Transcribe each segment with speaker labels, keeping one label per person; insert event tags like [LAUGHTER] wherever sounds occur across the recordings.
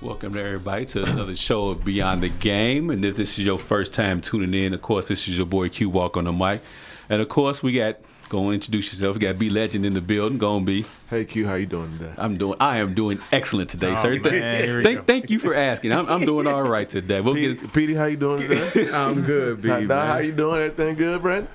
Speaker 1: Welcome to everybody to another show of Beyond the Game. And if this is your first time tuning in, of course, this is your boy Q Walk on the mic. And of course, we got go and introduce yourself. We got B Legend in the building. Go and B.
Speaker 2: Hey Q, how you doing today?
Speaker 3: Uh,
Speaker 1: I'm doing. I am doing excellent today,
Speaker 3: Oh,
Speaker 1: sir. Th-
Speaker 3: man, here we
Speaker 1: thank,
Speaker 3: go.
Speaker 1: thank you for asking. I'm, I'm doing all right today. We'll
Speaker 2: Petey,
Speaker 1: get.
Speaker 2: Petey, how you doing today?
Speaker 3: [LAUGHS] I'm good, B.
Speaker 2: Nah, nah, how
Speaker 3: man.
Speaker 2: you doing? Everything good, Brent?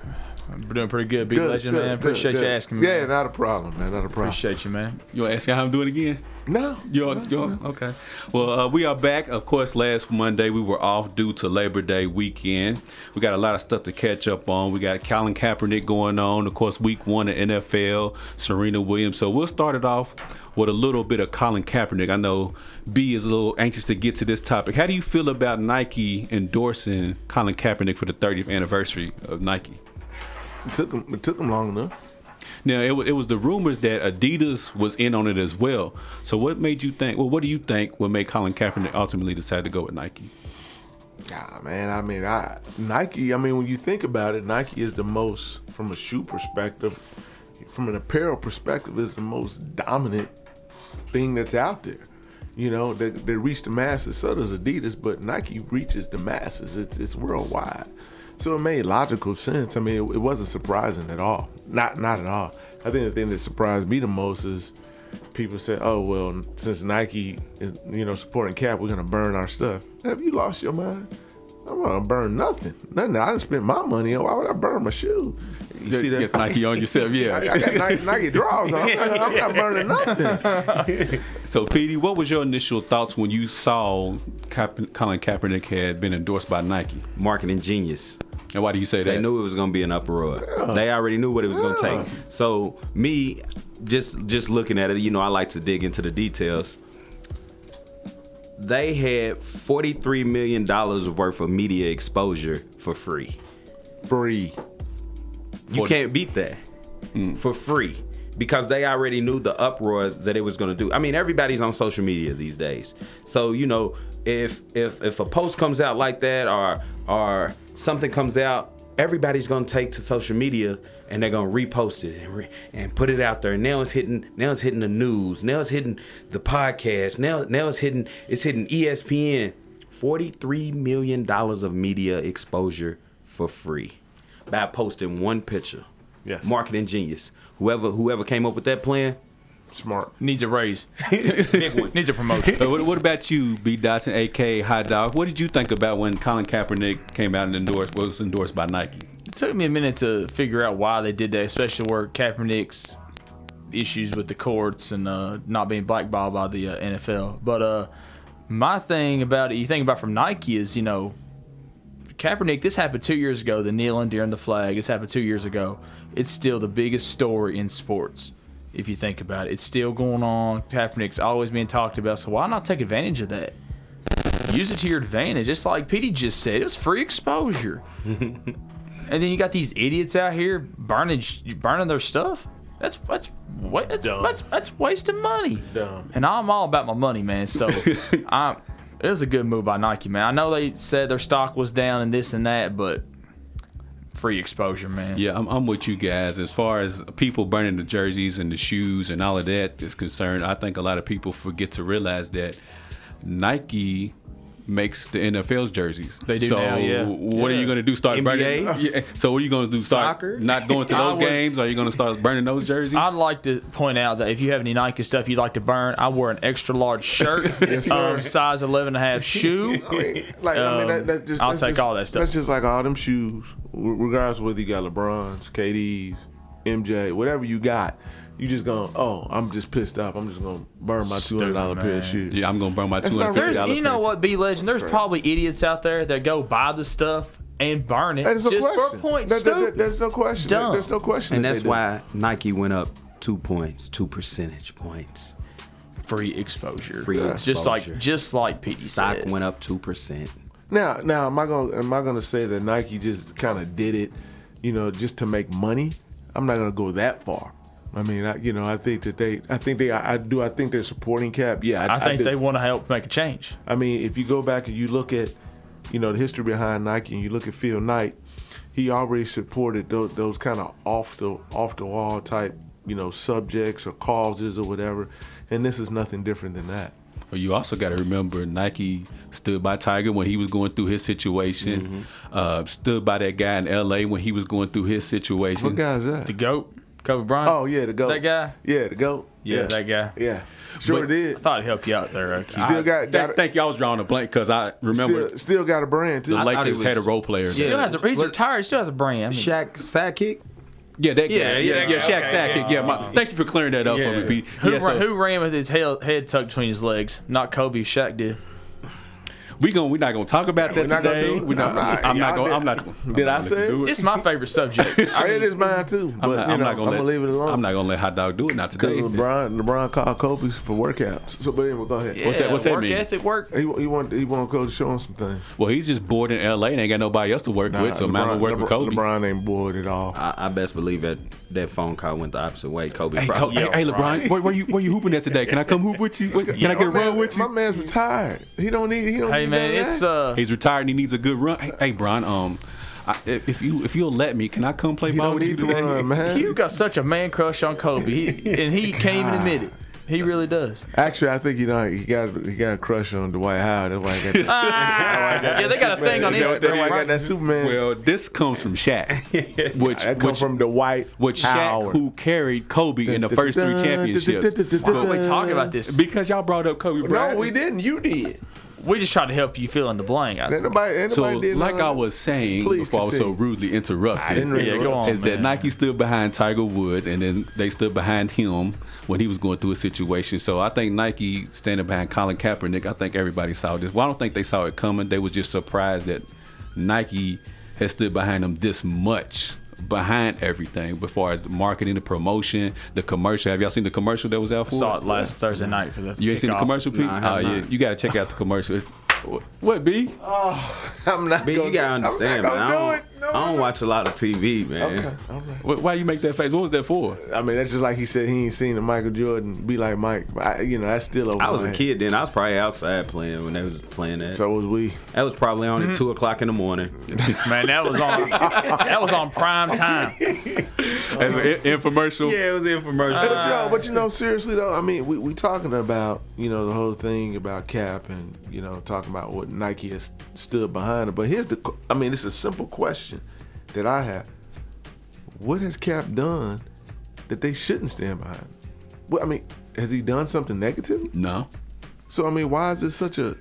Speaker 3: I'm doing pretty good, B.
Speaker 2: Good,
Speaker 3: Legend,
Speaker 2: good,
Speaker 3: man.
Speaker 2: good,
Speaker 3: Appreciate
Speaker 2: good.
Speaker 3: you asking me.
Speaker 2: Yeah,
Speaker 3: man.
Speaker 2: not a problem, man. Not a problem.
Speaker 3: Appreciate you, man.
Speaker 1: You want to ask me how I'm doing again?
Speaker 2: No,
Speaker 1: You're, you're, okay. Well, uh, we are back. Of course, last Monday we were off due to Labor Day weekend. We got a lot of stuff to catch up on. We got Colin Kaepernick going on. Of course, week one of NFL, Serena Williams. So we'll start it off with a little bit of Colin Kaepernick. I know B is a little anxious to get to this topic. How do you feel about Nike endorsing Colin Kaepernick for the 30th anniversary of Nike?
Speaker 2: it took him. It took him long enough.
Speaker 1: Now it, wa- it was the rumors that Adidas was in on it as well. So what made you think? Well, what do you think would make Colin Kaepernick ultimately decide to go with Nike?
Speaker 2: Nah, man. I mean, I Nike. I mean, when you think about it, Nike is the most, from a shoe perspective, from an apparel perspective, is the most dominant thing that's out there. You know, they, they reach the masses. So does Adidas, but Nike reaches the masses. It's it's worldwide. So it made logical sense. I mean, it, it wasn't surprising at all. Not not at all. I think the thing that surprised me the most is people said, "Oh well, since Nike is you know supporting Cap, we're gonna burn our stuff." Have you lost your mind? I'm not gonna burn nothing. Nothing. I didn't spend my money. on. Why would I burn my shoe? You see that?
Speaker 1: Get Nike on yourself,
Speaker 2: [LAUGHS] I,
Speaker 1: yeah.
Speaker 2: I got Nike, Nike
Speaker 1: [LAUGHS]
Speaker 2: draws on. I'm not, I'm not burning nothing.
Speaker 1: So, PD, what was your initial thoughts when you saw Kaep- Colin Kaepernick had been endorsed by Nike?
Speaker 4: marketing genius.
Speaker 1: And why do you say that?
Speaker 4: They knew it was gonna be an uproar. They already knew what it was
Speaker 2: Yeah.
Speaker 4: gonna take. So me, just just looking at it, you know, I like to dig into the details. They had forty-three million dollars worth of media exposure for free.
Speaker 2: Free.
Speaker 4: You
Speaker 1: For-
Speaker 4: can't beat that for free because they already knew the uproar that it was going to do. I mean, everybody's on social media these days, so you know if if if a post comes out like that or or something comes out, everybody's going to take to social media and they're going to repost it and re- and put it out there. And now it's hitting now it's hitting the news. Now it's hitting the podcast. Now now it's hitting it's hitting E ESPN. Forty three million dollars of media exposure for free by posting one picture.
Speaker 2: Yes.
Speaker 4: Marketing genius. Whoever whoever came up with that plan,
Speaker 2: Smart.
Speaker 3: Needs
Speaker 2: [LAUGHS]
Speaker 3: a raise.
Speaker 4: big one.
Speaker 3: Needs a promotion.
Speaker 1: Uh, what, what about you, B. Dotson, aka Hot Dog? What did you think about when Colin Kaepernick came out and endorsed was endorsed by Nike?
Speaker 3: It took me a minute to figure out why they did that, especially where Kaepernick's issues with the courts and uh, not being blackballed by the uh, NFL. But uh, my thing about it, you think about from Nike is, you know, Kaepernick, this happened two years ago, the kneeling during the flag. This happened two years ago. It's still the biggest story in sports, if you think about it. It's still going on. Kaepernick's always being talked about. So why not take advantage of that? Use it to your advantage. It's like Petey just said, it was free exposure. And then you got these idiots out here burning sh- burning their stuff. That's that's wa- that's, that's that's wasting money.
Speaker 2: Dumb.
Speaker 3: And I'm all about my money,
Speaker 2: [LAUGHS]
Speaker 3: man. So I it was a good move by Nike, man. I know they said their stock was down and this and that, but free exposure, man.
Speaker 1: Yeah, I'm, I'm with you guys. As far as people burning the jerseys and the shoes and all of that is concerned, I think a lot of people forget to realize that Nike makes the NFL's jerseys. They
Speaker 3: do
Speaker 1: so
Speaker 3: now, yeah.
Speaker 1: what are
Speaker 3: Yeah.
Speaker 1: you going to do? Start burning?
Speaker 4: NBA?
Speaker 1: [LAUGHS] Yeah. So what are you going to do? Start
Speaker 4: Soccer?
Speaker 1: not going to
Speaker 3: [LAUGHS] I
Speaker 1: those
Speaker 3: would-
Speaker 1: games? Are you going to start burning those jerseys?
Speaker 3: I'd like to point out that if you have any Nike stuff you'd like to burn, I wear an extra
Speaker 2: [LAUGHS]
Speaker 3: large shirt, um, size 11 and a half shoe.
Speaker 2: I
Speaker 3: [LAUGHS]
Speaker 2: mean, like, I mean, that, that's just,
Speaker 3: I'll
Speaker 2: that's
Speaker 3: take
Speaker 2: just-
Speaker 3: all that stuff.
Speaker 2: That's just like all them shoes, re- regardless of whether you got LeBron's, KD's, MJ, whatever you got. You just going, oh, I'm just pissed off. I'm just gonna burn my two hundred
Speaker 3: Stupid,
Speaker 2: dollar pair
Speaker 3: man.
Speaker 2: of shoes.
Speaker 1: yeah, I'm going to burn my two hundred
Speaker 2: not
Speaker 1: fifty
Speaker 3: There's,
Speaker 1: dollars.
Speaker 3: you know what, B Legend? There's probably idiots out there that go buy the stuff and burn it
Speaker 2: That is
Speaker 3: just
Speaker 2: a question.
Speaker 3: for points.
Speaker 2: That- that- that-
Speaker 3: Stupid.
Speaker 2: that's no question.
Speaker 3: Dumb.
Speaker 2: There's no question.
Speaker 4: and
Speaker 2: that
Speaker 4: that's
Speaker 2: they do.
Speaker 4: why Nike went up two points, two percentage points.
Speaker 3: Free exposure.
Speaker 4: Free
Speaker 3: Just like
Speaker 4: exposure.
Speaker 3: just like Petey
Speaker 4: Stock
Speaker 3: said.
Speaker 4: went up two percent.
Speaker 2: Now, now, am I gonna am I gonna say that Nike just kind of did it, you know, just to make money? I'm not gonna go that far. I mean, I, you know, I think that they, I think they, I, I do, I think they're supporting Cap. Yeah,
Speaker 3: I think
Speaker 2: do.
Speaker 3: they want to help make a change.
Speaker 2: I mean, if you go back and you look at, you know, the history behind Nike, and you look at Phil Knight, he already supported those, those kind of off the off the wall type, you know, subjects or causes or whatever, and this is nothing different than that.
Speaker 1: But you also got to remember Nike stood by Tiger when he was going through his situation.
Speaker 3: Mm-hmm.
Speaker 1: Uh, stood by that guy in L.A. when he was going through his situation.
Speaker 2: What guy's that?
Speaker 3: The goat, Kobe Bryant.
Speaker 2: oh yeah, the goat.
Speaker 3: That guy?
Speaker 2: Yeah, the goat.
Speaker 3: Yeah, that guy.
Speaker 2: Yeah, sure
Speaker 1: But-
Speaker 2: did.
Speaker 3: I thought it helped you out there. Uh, Keith.
Speaker 2: Still
Speaker 1: Th-
Speaker 2: got got a-
Speaker 1: thank you. I was drawing a blank because I remember
Speaker 2: still, still got a brand too.
Speaker 1: the
Speaker 4: thought he
Speaker 1: Lakers had a
Speaker 4: was-
Speaker 1: role player.
Speaker 4: Yeah.
Speaker 1: Yeah,
Speaker 3: still has a, he's
Speaker 4: What-
Speaker 3: retired. He still has a brand. I mean,
Speaker 4: Shaq sidekick.
Speaker 1: yeah, that
Speaker 4: Yeah,
Speaker 1: guy.
Speaker 4: yeah,
Speaker 1: Yeah, yeah,
Speaker 4: that guy.
Speaker 1: Shaq
Speaker 4: Okay,
Speaker 1: Sackett. Yeah, my, thank you for clearing that up for
Speaker 4: Yeah.
Speaker 1: me, Pete.
Speaker 3: who,
Speaker 1: Yeah,
Speaker 3: ra-
Speaker 1: so-
Speaker 3: who ran with his head, head tucked between his legs? Not Kobe. Shaq did.
Speaker 1: We going we're not gonna talk about that
Speaker 2: not gonna
Speaker 1: today.
Speaker 2: do it?
Speaker 1: We're not,
Speaker 2: I'm not-
Speaker 1: I'm not
Speaker 2: y'all
Speaker 1: gonna.
Speaker 2: did-
Speaker 1: I'm not. I'm
Speaker 2: Did
Speaker 1: not gonna
Speaker 2: I say
Speaker 1: do
Speaker 3: It's my favorite [LAUGHS] subject.
Speaker 2: I
Speaker 3: I
Speaker 2: mean, it
Speaker 3: mean,
Speaker 2: is mine too, but
Speaker 1: I'm not,
Speaker 2: you
Speaker 1: I'm
Speaker 2: know,
Speaker 1: not gonna.
Speaker 2: I'm
Speaker 1: let,
Speaker 2: gonna leave it alone.
Speaker 1: I'm not gonna let Hot Dog do it. Not
Speaker 2: Because
Speaker 1: today.
Speaker 2: LeBron, LeBron called Kobe for workouts. So, but anyway, go ahead.
Speaker 1: what's that-
Speaker 3: yeah,
Speaker 1: what's that
Speaker 3: work
Speaker 1: mean?
Speaker 3: ethic, work.
Speaker 2: He, he want he want Kobe to show him some things.
Speaker 1: Well, he's just bored in L.A. and ain't got nobody else to work with, so man,
Speaker 2: LeBron,
Speaker 1: will work with Kobe.
Speaker 2: LeBron ain't bored at all.
Speaker 4: I, I best believe that that phone call went the opposite way. Kobe
Speaker 1: Hey, Kobe,
Speaker 4: probably.
Speaker 1: hey, hey, LeBron, where, where you where you hooping at today? Can I come hoop with you? Can I get a
Speaker 2: My
Speaker 1: run
Speaker 2: man-
Speaker 1: with
Speaker 2: My
Speaker 1: you?
Speaker 2: man's retired. He don't need. He don't
Speaker 3: Hey
Speaker 2: need
Speaker 3: man,
Speaker 2: none of
Speaker 3: it's
Speaker 2: that.
Speaker 3: uh,
Speaker 1: He's retired and he needs a good run. Hey, hey Bron, um, I, if you if you'll let me, can I come play
Speaker 2: He
Speaker 1: ball
Speaker 2: don't
Speaker 1: with you
Speaker 2: need to
Speaker 1: today?
Speaker 2: run, man.
Speaker 3: you got such a man crush on Kobe, he, and he can't even admit it. He really does.
Speaker 2: Actually, I think you know he got he got a crush on Dwight Howard. That's why I
Speaker 3: [LAUGHS]
Speaker 2: got that.
Speaker 3: [LAUGHS] yeah, they got a thing on
Speaker 2: That's why- that's why I
Speaker 3: Instagram.
Speaker 2: got that Superman.
Speaker 1: Well, this comes from
Speaker 2: [LAUGHS]
Speaker 1: Shaq, which
Speaker 2: that come
Speaker 1: which
Speaker 2: from Dwight
Speaker 1: which Shaq
Speaker 2: Howard.
Speaker 1: who carried Kobe in the first three championships.
Speaker 3: Why don't we talk about this?
Speaker 1: Because y'all brought up Kobe Bryant.
Speaker 2: No, we didn't. You did.
Speaker 3: We just tried to help you fill in the blank. I
Speaker 2: Ain't
Speaker 3: said.
Speaker 2: nobody, ain't
Speaker 1: So,
Speaker 2: nobody did
Speaker 1: like
Speaker 2: none of
Speaker 1: I
Speaker 2: that.
Speaker 1: was saying
Speaker 2: Please
Speaker 1: before I was
Speaker 2: continue.
Speaker 1: so rudely interrupted,
Speaker 2: I didn't really
Speaker 3: Yeah, go on.
Speaker 1: is that
Speaker 3: Oh, man.
Speaker 1: Nike stood behind Tiger Woods, and then they stood behind him when he was going through a situation. So I think Nike standing behind Colin Kaepernick. I think everybody saw this. Well, I don't think they saw it coming. They was just surprised that Nike has stood behind them this much. Behind everything, as far as the marketing, the promotion, the commercial. Have y'all seen the commercial that was out for?
Speaker 3: saw
Speaker 1: it?
Speaker 3: it last Thursday night for the.
Speaker 1: You ain't seen the
Speaker 3: kickoff.
Speaker 1: commercial, Pete?
Speaker 4: Nah, I have
Speaker 1: oh yeah,
Speaker 4: not.
Speaker 1: you got to check out the commercial. It's, what B?
Speaker 2: Oh, [LAUGHS] I'm not.
Speaker 4: B, you
Speaker 2: gonna-
Speaker 4: gotta
Speaker 2: I'm
Speaker 4: understand,
Speaker 2: not
Speaker 4: man. I
Speaker 2: gonna
Speaker 4: don't,
Speaker 2: do it. No,
Speaker 4: I don't
Speaker 2: no.
Speaker 4: watch a lot of TV, man.
Speaker 2: Okay, all right.
Speaker 1: Wh- Why you make that face? What was that for?
Speaker 2: I mean, that's just like he said he ain't seen the Michael Jordan be like Mike. But I, you know, that's still over.
Speaker 4: I was
Speaker 2: my
Speaker 4: a
Speaker 2: head.
Speaker 4: kid then. I was probably outside playing when they was playing that.
Speaker 2: So was we.
Speaker 4: that was probably on
Speaker 1: Mm-hmm.
Speaker 4: at two o'clock in
Speaker 2: [LAUGHS]
Speaker 4: the morning.
Speaker 3: Man, that was on. that was on prime time.
Speaker 1: As an in- infomercial.
Speaker 4: yeah, it was infomercial.
Speaker 2: But you know, but you
Speaker 4: Uh,
Speaker 2: know, seriously though, I mean, we we talking about you know the whole thing about Cap and you know talking about what Nike has stood behind it. But here's the, qu- I mean, it's a simple question that I have: What has Cap done that they shouldn't stand behind? Well, I mean, has he done something negative?
Speaker 1: No.
Speaker 2: So I mean, why is this such a?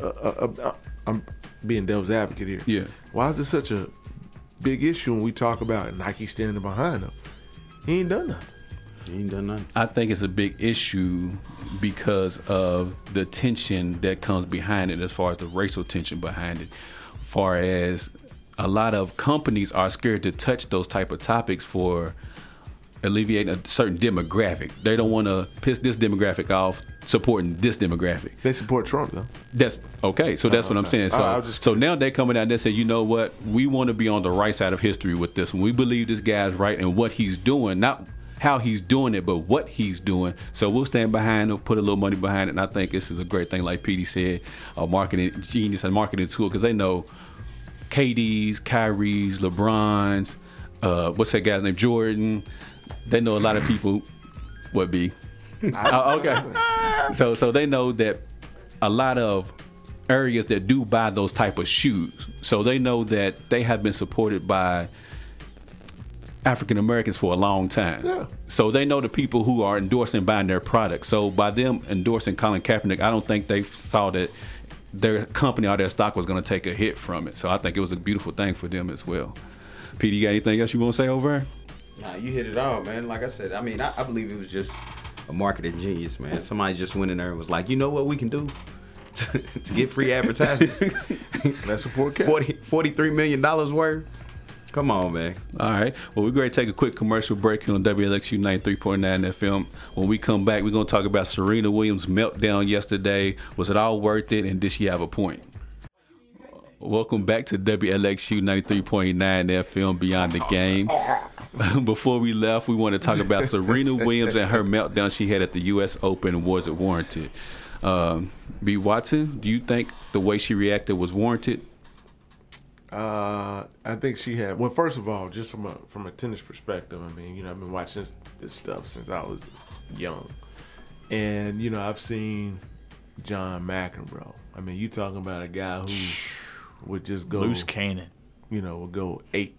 Speaker 2: a, a, a I'm being devil's advocate here.
Speaker 1: Yeah.
Speaker 2: Why is this such a big issue when we talk about Nike standing behind him? He ain't done nothing.
Speaker 4: You ain't done nothing.
Speaker 1: I think it's a big issue because of the tension that comes behind it, as far as the racial tension behind it. Far as a lot of companies are scared to touch those type of topics for alleviating a certain demographic. They don't want to piss this demographic off supporting this demographic.
Speaker 2: They support Trump though.
Speaker 1: That's okay. So that's what I'm saying. So,
Speaker 2: I- I was just-
Speaker 1: so now they're coming out and they say, you know what? We want to be on the right side of history with this one. We believe this guy's right and what he's doing, not how he's doing it, but what he's doing. So we'll stand behind him, put a little money behind it. And I think this is a great thing, like Petey said, a marketing genius and marketing tool because they know KD's, Kyrie's, LeBron's, uh, what's that guy's name? Jordan. They know a lot of people. What be? [LAUGHS] Oh, okay. So so they know that a lot of areas that do buy those type of shoes. So they know that they have been supported by African Americans for a long time.
Speaker 2: Yeah.
Speaker 1: So they know the people who are endorsing buying their products. So by them endorsing Colin Kaepernick, I don't think they saw that their company or their stock was going to take a hit from it. So I think it was a beautiful thing for them as well. Pete, you got anything else you want to say over? there?
Speaker 4: Nah, you hit it all, man. Like I said, I mean, I, I believe it was just a marketing genius, man. Somebody just went in there and was like, you know what we can do [LAUGHS] to, to get free [LAUGHS] advertising?
Speaker 2: They support Cap.
Speaker 4: 40, $43 million worth? Come on, man.
Speaker 1: All right. Well, we're going to take a quick commercial break here on WLXU 93.9 FM. When we come back, we're going to talk about Serena Williams' meltdown yesterday. Was it all worth it? And did she have a point? Welcome back to WLXU 93.9 FM Beyond the Game. [LAUGHS] Before we left, we want to talk about Serena Williams and her meltdown she had at the U.S. Open. Was it warranted? Um, B. Watson, do you think the way she reacted was warranted?
Speaker 2: Uh, I think she had. Well, first of all, just from a from a tennis perspective, I mean, you know, I've been watching this, this stuff since I was young, and you know, I've seen John McEnroe. I mean, you talking about a guy who would just go,
Speaker 3: Loose cannon.
Speaker 2: you know, would go eight.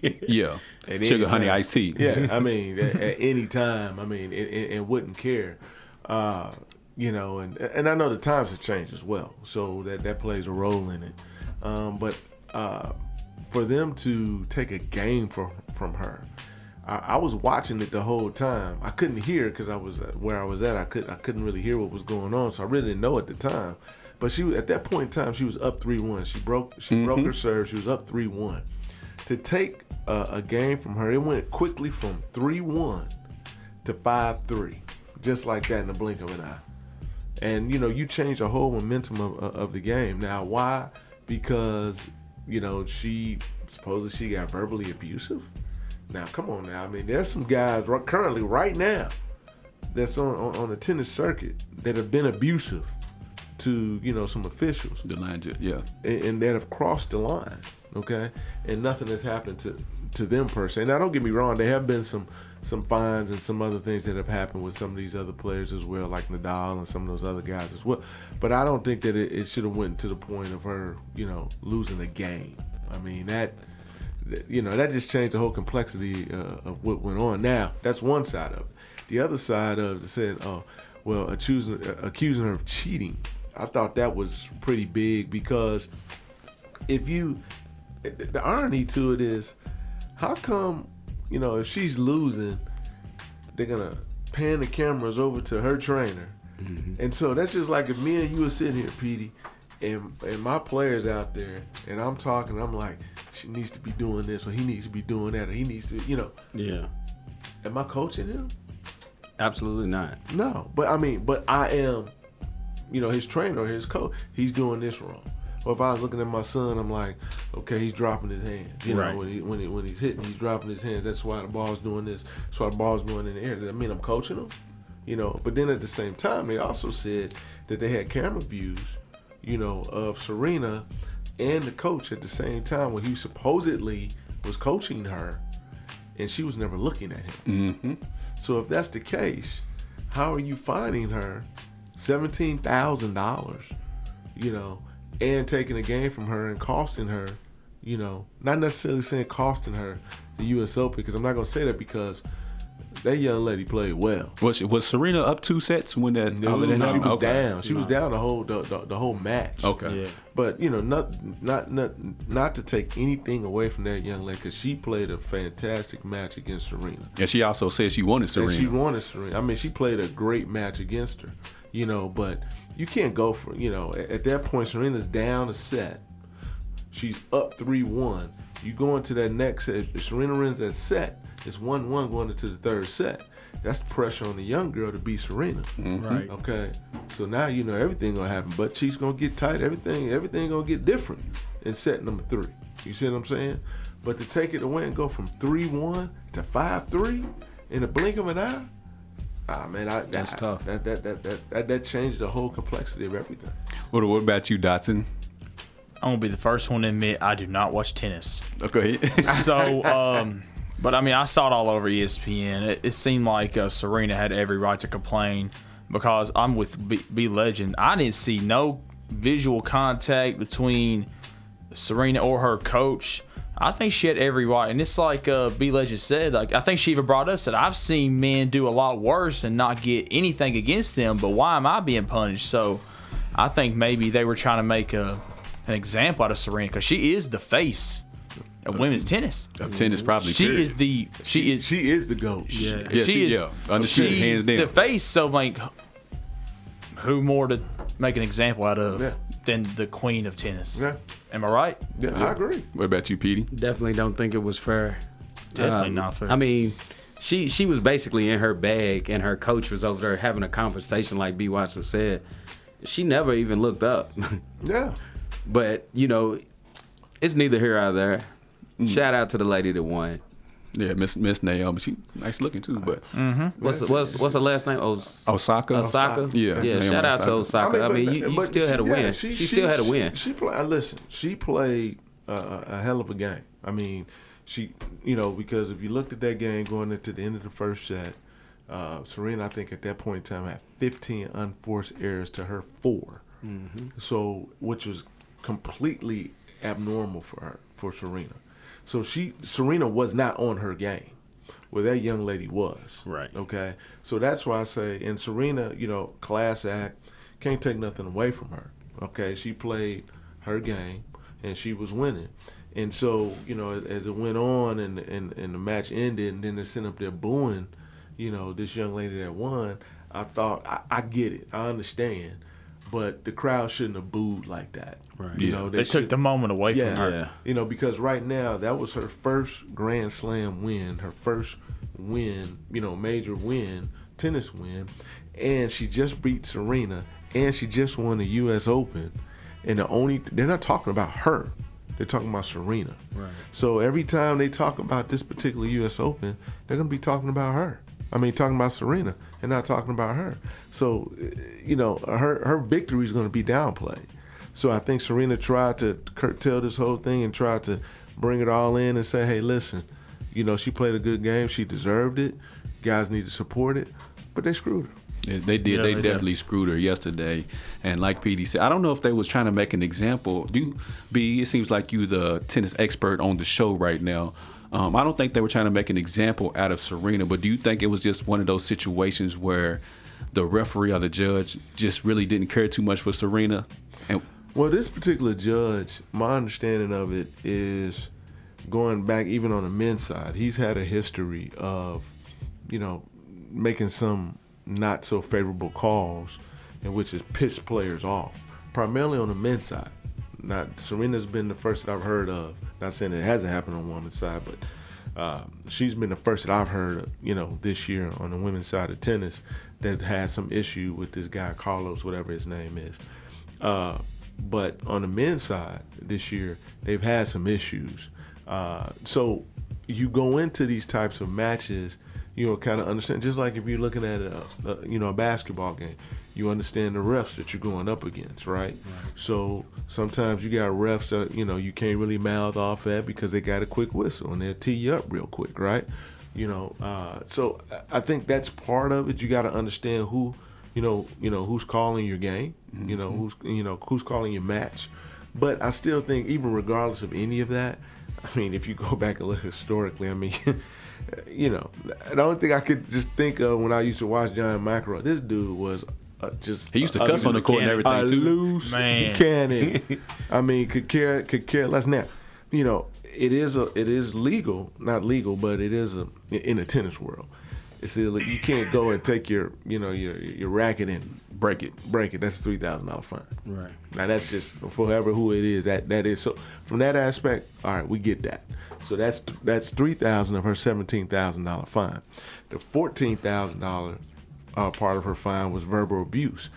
Speaker 1: Yeah.
Speaker 2: At any
Speaker 1: Sugar honey
Speaker 2: time.
Speaker 1: iced tea.
Speaker 2: Yeah, I mean, at, at any time, I mean, and, and, and wouldn't care, uh, you know. And and I know the times have changed as well, so that that plays a role in it. Um, but uh, for them to take a game from from her, I, I was watching it the whole time. I couldn't hear because I was where I was at. I couldn't I couldn't really hear what was going on, so I really didn't know at the time. But she was- at that point in time, she was up three one. She broke she broke her serve. She was up three one to take a, a game from her. It went quickly from 3 1 to 5 3, just like that in the blink of an eye. And, you know, you change the whole momentum of, of of the game. Now, why? Because, you know, she supposedly she got verbally abusive. Now, come on now. I mean, there's some guys right, currently, right now, that's on, on, on the tennis circuit that have been abusive to, you know, some officials
Speaker 1: The line ju- yeah.
Speaker 2: and, and that have crossed the line, okay, and nothing has happened to to them per se. Now, don't get me wrong; there have been some some fines and some other things that have happened with some of these other players as well, like Nadal and some of those other guys as well. But I don't think that it, it should have went to the point of her, you know, losing a game. I mean that. that- You know that just changed the whole complexity uh, of what went on. Now that's one side of it. The other side of it said, "Oh, well, accusing uh, accusing her of cheating." I thought that was pretty big because if you the irony to it is how come you know if she's losing they're gonna pan the cameras over to her trainer and so that's just like if me and you were sitting here Petey and and my players out there and I'm talking I'm like she needs to be doing this or he needs to be doing that or he needs to you know
Speaker 4: Yeah.
Speaker 2: am I coaching him
Speaker 4: Absolutely not.
Speaker 2: no, but I mean, but I am, you know, his trainer, or his coach. He's doing this wrong. Or if I was looking at my son, I'm like, okay, he's dropping his hands. You know,
Speaker 4: Right.
Speaker 2: when he, when he, when he's hitting, he's dropping his hands. That's why the ball's doing this. That's why the ball's going in the air. Does that mean I'm coaching him? You know, but then at the same time, they also said that they had camera views, you know, of Serena and the coach at the same time when he supposedly was coaching her, and she was never looking at him. So if that's the case, how are you finding her seventeen thousand dollars? You know, and taking a game from her and costing her, you know, not necessarily saying costing her the U.S. Open because I'm not gonna say that because that young lady played well.
Speaker 1: Was she, was Serena up two sets when that? all of that
Speaker 2: she
Speaker 1: happened?
Speaker 2: was
Speaker 1: Okay.
Speaker 2: down. She was down the whole the, the, the whole match.
Speaker 1: Okay.
Speaker 3: Yeah.
Speaker 2: But you know, not not not not to take anything away from that young lady because she played a fantastic match against Serena.
Speaker 1: And she also said she wanted Serena.
Speaker 2: And she wanted Serena. I mean, she played a great match against her, you know, but you can't go for, you know, at, at that point, Serena's down a set. She's up 3 1. You go into that next set. If Serena wins that set, it's 1 1 going into the third set. That's pressure on the young girl to beat Serena.
Speaker 3: Right.
Speaker 2: Okay, so now you know everything gonna happen. But cheeks gonna get tight. Everything, everything gonna get different in set number three. You see what I'm saying? But to take it away and go from three one to five three in the blink of an eye, ah man, I,
Speaker 4: That's
Speaker 2: I-
Speaker 4: tough.
Speaker 2: That that, that that that that changed the whole complexity of everything.
Speaker 1: What, what about you, Dotson?
Speaker 3: I'm gonna be the first one to admit I do not watch tennis.
Speaker 1: [LAUGHS] Okay.
Speaker 3: So, um, but I mean, I saw it all over E ESPN. It, it seemed like uh, Serena had every right to complain because I'm with B, B Legend. I didn't see no visual contact between Serena or her coach. I think she had every right, and it's like uh, B Legend said. Like I think she even brought us that I've seen men do a lot worse and not get anything against them. But why am I being punished? So, I think maybe they were trying to make a an example out of Serena because she is the face of women's tennis.
Speaker 1: Of tennis, probably.
Speaker 3: She
Speaker 1: period.
Speaker 3: is the she is
Speaker 2: She is the goat.
Speaker 3: yeah,
Speaker 1: Yeah, she- yeah, understood,
Speaker 3: she's
Speaker 1: hands down.
Speaker 3: the face. So like, who more to make an example out of
Speaker 2: Yeah.
Speaker 3: than the queen of tennis?
Speaker 2: Yeah.
Speaker 3: Am I right?
Speaker 4: Uh,
Speaker 2: Yeah, I agree.
Speaker 1: What about you, Petey?
Speaker 4: Definitely don't think it was fair.
Speaker 3: Definitely
Speaker 4: Um,
Speaker 3: not fair.
Speaker 4: I mean, she she was basically in her bag, and her coach was over there having a conversation, like B. Watson said. She never even looked up, [LAUGHS]
Speaker 2: Yeah,
Speaker 4: but you know, it's neither here or there. Shout out to the lady that won.
Speaker 1: Yeah, Miss Miss Naomi. She nice looking too, but
Speaker 4: What's what's what's her last name? Oh, s-
Speaker 1: Osaka.
Speaker 4: Osaka.
Speaker 1: Yeah,
Speaker 4: yeah.
Speaker 1: Naomi
Speaker 4: Shout out to
Speaker 1: Osaka.
Speaker 4: Osaka. I mean,
Speaker 2: but-
Speaker 4: you, you
Speaker 2: but
Speaker 4: still had a
Speaker 2: yeah,
Speaker 4: win. She, still had a win.
Speaker 2: She, she played. Listen, she played uh, a hell of a game. I mean, she, you know, because if you looked at that game going into the end of the first set, Uh, Serena, I think at that point in time, had 15 unforced errors to her 4
Speaker 4: Mm-hmm.
Speaker 2: So, which was completely abnormal for her, for Serena. So she, Serena was not on her game, where that young lady was.
Speaker 4: Right.
Speaker 2: Okay. So that's why I say, and Serena, you know, class act, can't take nothing away from her. Okay. She played her game and she was winning. And so, you know, as it went on and, and, and the match ended, and then they're sitting up there booing, you know, this young lady that won, I thought, I, I get it. I understand. But the crowd shouldn't have booed like that. Right. You know,
Speaker 3: They, took
Speaker 2: should-
Speaker 3: the moment away
Speaker 2: yeah.
Speaker 3: from her.
Speaker 4: Yeah.
Speaker 2: You know, because right now that was her first Grand Slam win, her first win, you know, major win, tennis win, and she just beat Serena and she just won the US Open. And the only they're not talking about her. They're talking about Serena. Right. So every time they talk about this particular US Open, they're going to be talking about her. I mean, talking about Serena and not talking about her. So, eh, you know, her her victory is going to be downplayed. So I think Serena tried to curtail this whole thing and tried to bring it all in and say, hey, listen, you know, she played a good game. She deserved it. Guys need to support it. But they screwed her.
Speaker 1: Yeah, They did.
Speaker 3: Yeah,
Speaker 1: they,
Speaker 3: they did.
Speaker 1: definitely screwed her yesterday. And like PD said, I don't know if they was trying to make an example. Do B? It seems like you the tennis expert on the show right now. Um, I don't think they were trying to make an example out of Serena, but do you think it was just one of those situations where the referee or the judge just really didn't care too much for Serena? And
Speaker 2: Well, this particular judge, my understanding of it is going back even on the men's side, he's had a history of, you know, making some not so favorable calls, and which has pissed players off, primarily on the men's side. Not Serena's been the first that I've heard of. Not saying it hasn't happened on the women's side, but uh, she's been the first that I've heard, you know, this year on the women's side of tennis that had some issue with this guy Carlos, whatever his name is. Uh, but on the men's side this year, they've had some issues. Uh, so you go into these types of matches, you know, kind of understand. Just like if you're looking at a, a you know a basketball game, you understand the refs that you're going up against, right? So sometimes you got refs that you know you can't really mouth off at because they got a quick whistle and they'll tee you up real quick, right? You know, uh, so I- I think that's part of it. You got to understand who you know, you know who's calling your game, you
Speaker 1: Mm-hmm.
Speaker 2: know who's you know who's calling your match. But I still think, even regardless of any of that, I mean, if you go [LAUGHS] back and look historically, I mean, [LAUGHS] you know, the only thing I could just think of when I used to watch John McEnroe, this dude was uh, just
Speaker 1: he used to
Speaker 2: a-
Speaker 1: cuss on the court and
Speaker 4: cannon.
Speaker 1: everything
Speaker 2: a
Speaker 1: too.
Speaker 2: loose
Speaker 3: Man.
Speaker 2: cannon. I mean, could care could care less. Now, you know, it is a it is legal, not legal, but it is a in the tennis world. It's illegal. you can't go and take your you know your your racket and
Speaker 1: Break it.
Speaker 2: break it. That's a three thousand dollar fine.
Speaker 4: Right.
Speaker 2: Now that's just for whoever who it is. That that is so from that aspect. All right, we get that. So that's that's three thousand of her seventeen thousand dollar fine. The fourteen thousand dollar uh, part of her fine was verbal abuse,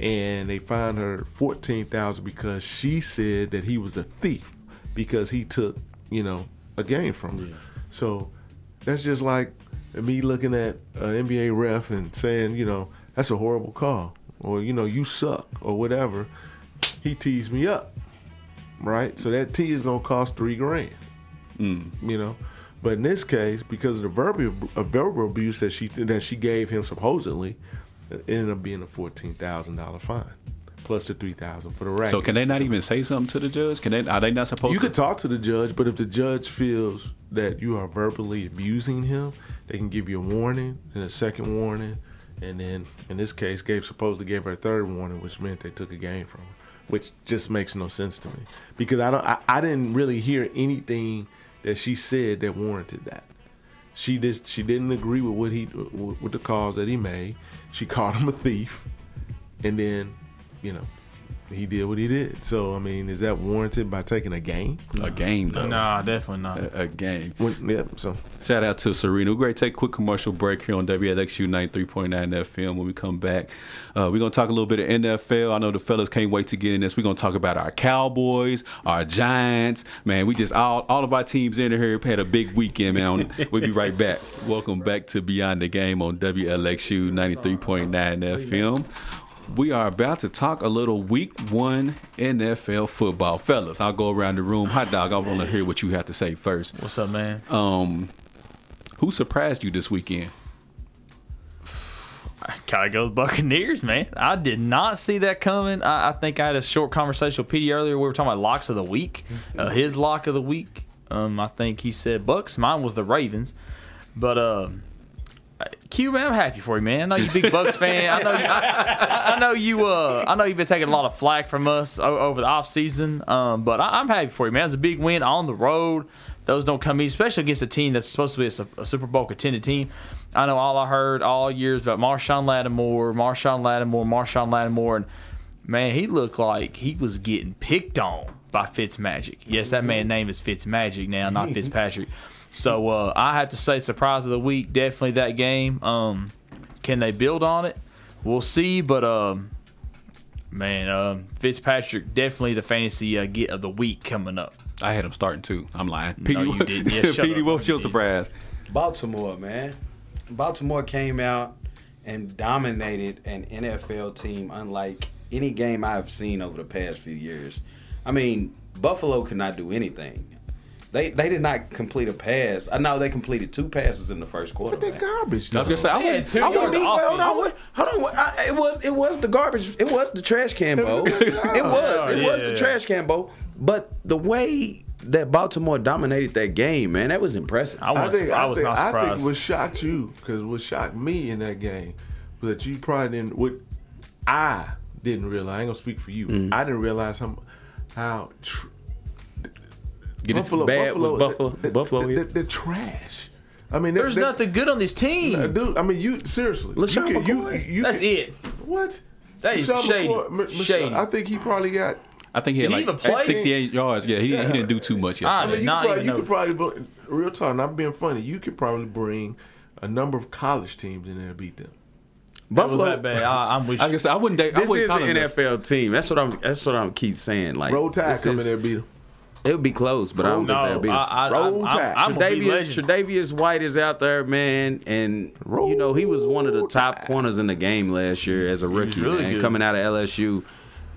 Speaker 2: and they fined her fourteen thousand because she said that he was a thief because he took you know a game from her. So that's just like me looking at an NBA ref and saying, you know, that's a horrible call, or you know, you suck, or whatever. He tees me up, right? So that tee is gonna cost three grand,
Speaker 1: Mm.
Speaker 2: you know. But in this case, because of the verbal, uh, verbal abuse that she that she gave him supposedly, it ended up being a fourteen thousand dollar fine, plus the three thousand for the racket.
Speaker 1: So can they not even say something to the judge? Can they? Are they not supposed?
Speaker 2: You
Speaker 1: to?
Speaker 2: could talk to the judge, but if the judge feels that you are verbally abusing him, they can give you a warning and a second warning, and then in this case, gave supposedly gave her a third warning, which meant they took a game from her, which just makes no sense to me because I don't, I, I didn't really hear anything that she said that warranted that. She just she didn't agree with what he with with the calls that he made. She [LAUGHS] called him a thief, and then, you know, he did what he did. So I mean, is that warranted by taking a game?
Speaker 1: a game though.
Speaker 3: Nah, definitely not.
Speaker 1: A- a game.
Speaker 2: When, yeah. So
Speaker 1: Shout out to Serena. Great. Take a quick commercial break here on WLXU 93.9 FM. When we come back, uh, we're going to talk a little bit of NFL. I know the fellas can't wait to get in this. We're going to talk about our Cowboys, our Giants. Man, we just all, all of our teams in here had a big weekend, man. [LAUGHS] we'll be right back. Welcome back to Beyond the Game on WLXU 93.9 FM. We are about to talk a little week one NFL football. Fellas, I'll go around the room. Hot dog, I want to hear what you have to say first.
Speaker 3: What's up, man?
Speaker 1: Um, who surprised you this weekend?
Speaker 3: Gotta go with Buccaneers, man. I did not see that coming. I, I think I had a short conversation with Petey earlier. We were talking about locks of the week. Uh, his lock of the week, um, I think he said Bucks. Mine was the Ravens. But um, I- Q, man, I'm happy for you, man. I know you big Bucks fan. I know, I, I- I know you. Uh, I know you've been taking a lot of flack from us o- over the off season. Um, but I, I'm happy for you, man. It's a big win on the road. Those don't come easy, especially against a team that's supposed to be a, Sup- a Super Bowl contended team. I know all I heard all years about Marshawn Lattimore, Marshawn Lattimore, Marshawn Lattimore, and man, he looked like he was getting picked on by Fitzmagic. Yes, that man's name is Fitzmagic now, not Fitzpatrick. So uh, I have to say, surprise of the week, definitely that game. Um, can they build on it? We'll see, but um, man, um, Fitzpatrick definitely the fantasy uh, get of the week coming up.
Speaker 1: I had him starting too. I'm lying. Petey,
Speaker 3: you
Speaker 1: what- [LAUGHS]
Speaker 3: didn't. Yeah, shut
Speaker 1: Petey,
Speaker 3: up.
Speaker 1: what was your
Speaker 3: You did.
Speaker 1: surprise?
Speaker 5: Baltimore, man. Baltimore came out and dominated an NFL team unlike any game I've seen over the past few years. I mean, Buffalo could not do anything. They they did not complete a pass. I know they completed two passes in the first quarter.
Speaker 2: But they
Speaker 5: man.
Speaker 2: garbage.
Speaker 1: I was gonna say I
Speaker 3: They had
Speaker 1: wouldn't.
Speaker 3: two
Speaker 1: I wouldn't
Speaker 3: yards
Speaker 1: be-
Speaker 3: off.
Speaker 5: Hold on, what- hold on. I, it was it was the garbage. It was the trash can
Speaker 2: [LAUGHS]
Speaker 5: bowl. it was it was
Speaker 3: Oh, Yeah,
Speaker 5: the
Speaker 3: yeah.
Speaker 5: trash can bowl. But the way that Baltimore dominated that game, man, that was impressive.
Speaker 3: I,
Speaker 2: I
Speaker 3: was
Speaker 2: think
Speaker 3: I was
Speaker 2: think,
Speaker 3: not
Speaker 2: I
Speaker 3: surprised.
Speaker 2: think what shocked you, because what shocked me in that game, was that you probably didn't. What I didn't realize. I ain't gonna speak for you. I didn't realize how how tr-
Speaker 4: Get Buffalo, bad with Buffalo.
Speaker 2: the- the-
Speaker 4: Buffalo.
Speaker 2: the-
Speaker 4: yeah.
Speaker 2: the- the trash. I mean,
Speaker 3: There's nothing good on this team.
Speaker 2: nothing. Dude, I mean, you seriously. you
Speaker 5: LeSean
Speaker 2: can- you-
Speaker 5: McCoy?
Speaker 2: you
Speaker 3: That's
Speaker 2: can-
Speaker 3: it.
Speaker 2: What?
Speaker 3: That is
Speaker 2: LeSean
Speaker 3: shady.
Speaker 2: M- M-
Speaker 3: Shady.
Speaker 2: I think he probably got.
Speaker 1: I think he
Speaker 3: Did he
Speaker 1: had
Speaker 3: even
Speaker 1: like
Speaker 3: play?
Speaker 1: 68 yards. Yeah, he, didn't- he didn't do too much
Speaker 3: I
Speaker 1: yesterday.
Speaker 3: did
Speaker 2: you
Speaker 3: not
Speaker 2: could probably,
Speaker 3: even
Speaker 2: you
Speaker 3: know.
Speaker 2: could probably bu- real talk. Not being funny. You could probably bring a number of college teams in there to beat them.
Speaker 3: It was that bad. I, I'm with
Speaker 1: I was gonna
Speaker 3: you.
Speaker 1: say I wouldn't. date- I
Speaker 4: This
Speaker 1: wouldn't
Speaker 4: is an
Speaker 1: call him this.
Speaker 4: NFL team. That's what I'm. That's what I'm keep saying. Like
Speaker 2: Roll Tide
Speaker 4: this
Speaker 2: come in
Speaker 4: is-
Speaker 2: there and beat them.
Speaker 4: It would be close, but I don't
Speaker 3: No,
Speaker 4: think that'd be.
Speaker 3: I, I, I,
Speaker 2: Roll
Speaker 3: I'm,
Speaker 2: Tide.
Speaker 3: I'm a big
Speaker 4: Tre'Davious,
Speaker 3: legend.
Speaker 4: Tre'Davious White is out there, man, and you know he was one of the top corners in the game last year as a rookie,
Speaker 3: really
Speaker 4: man,
Speaker 3: good.
Speaker 4: coming out of LSU.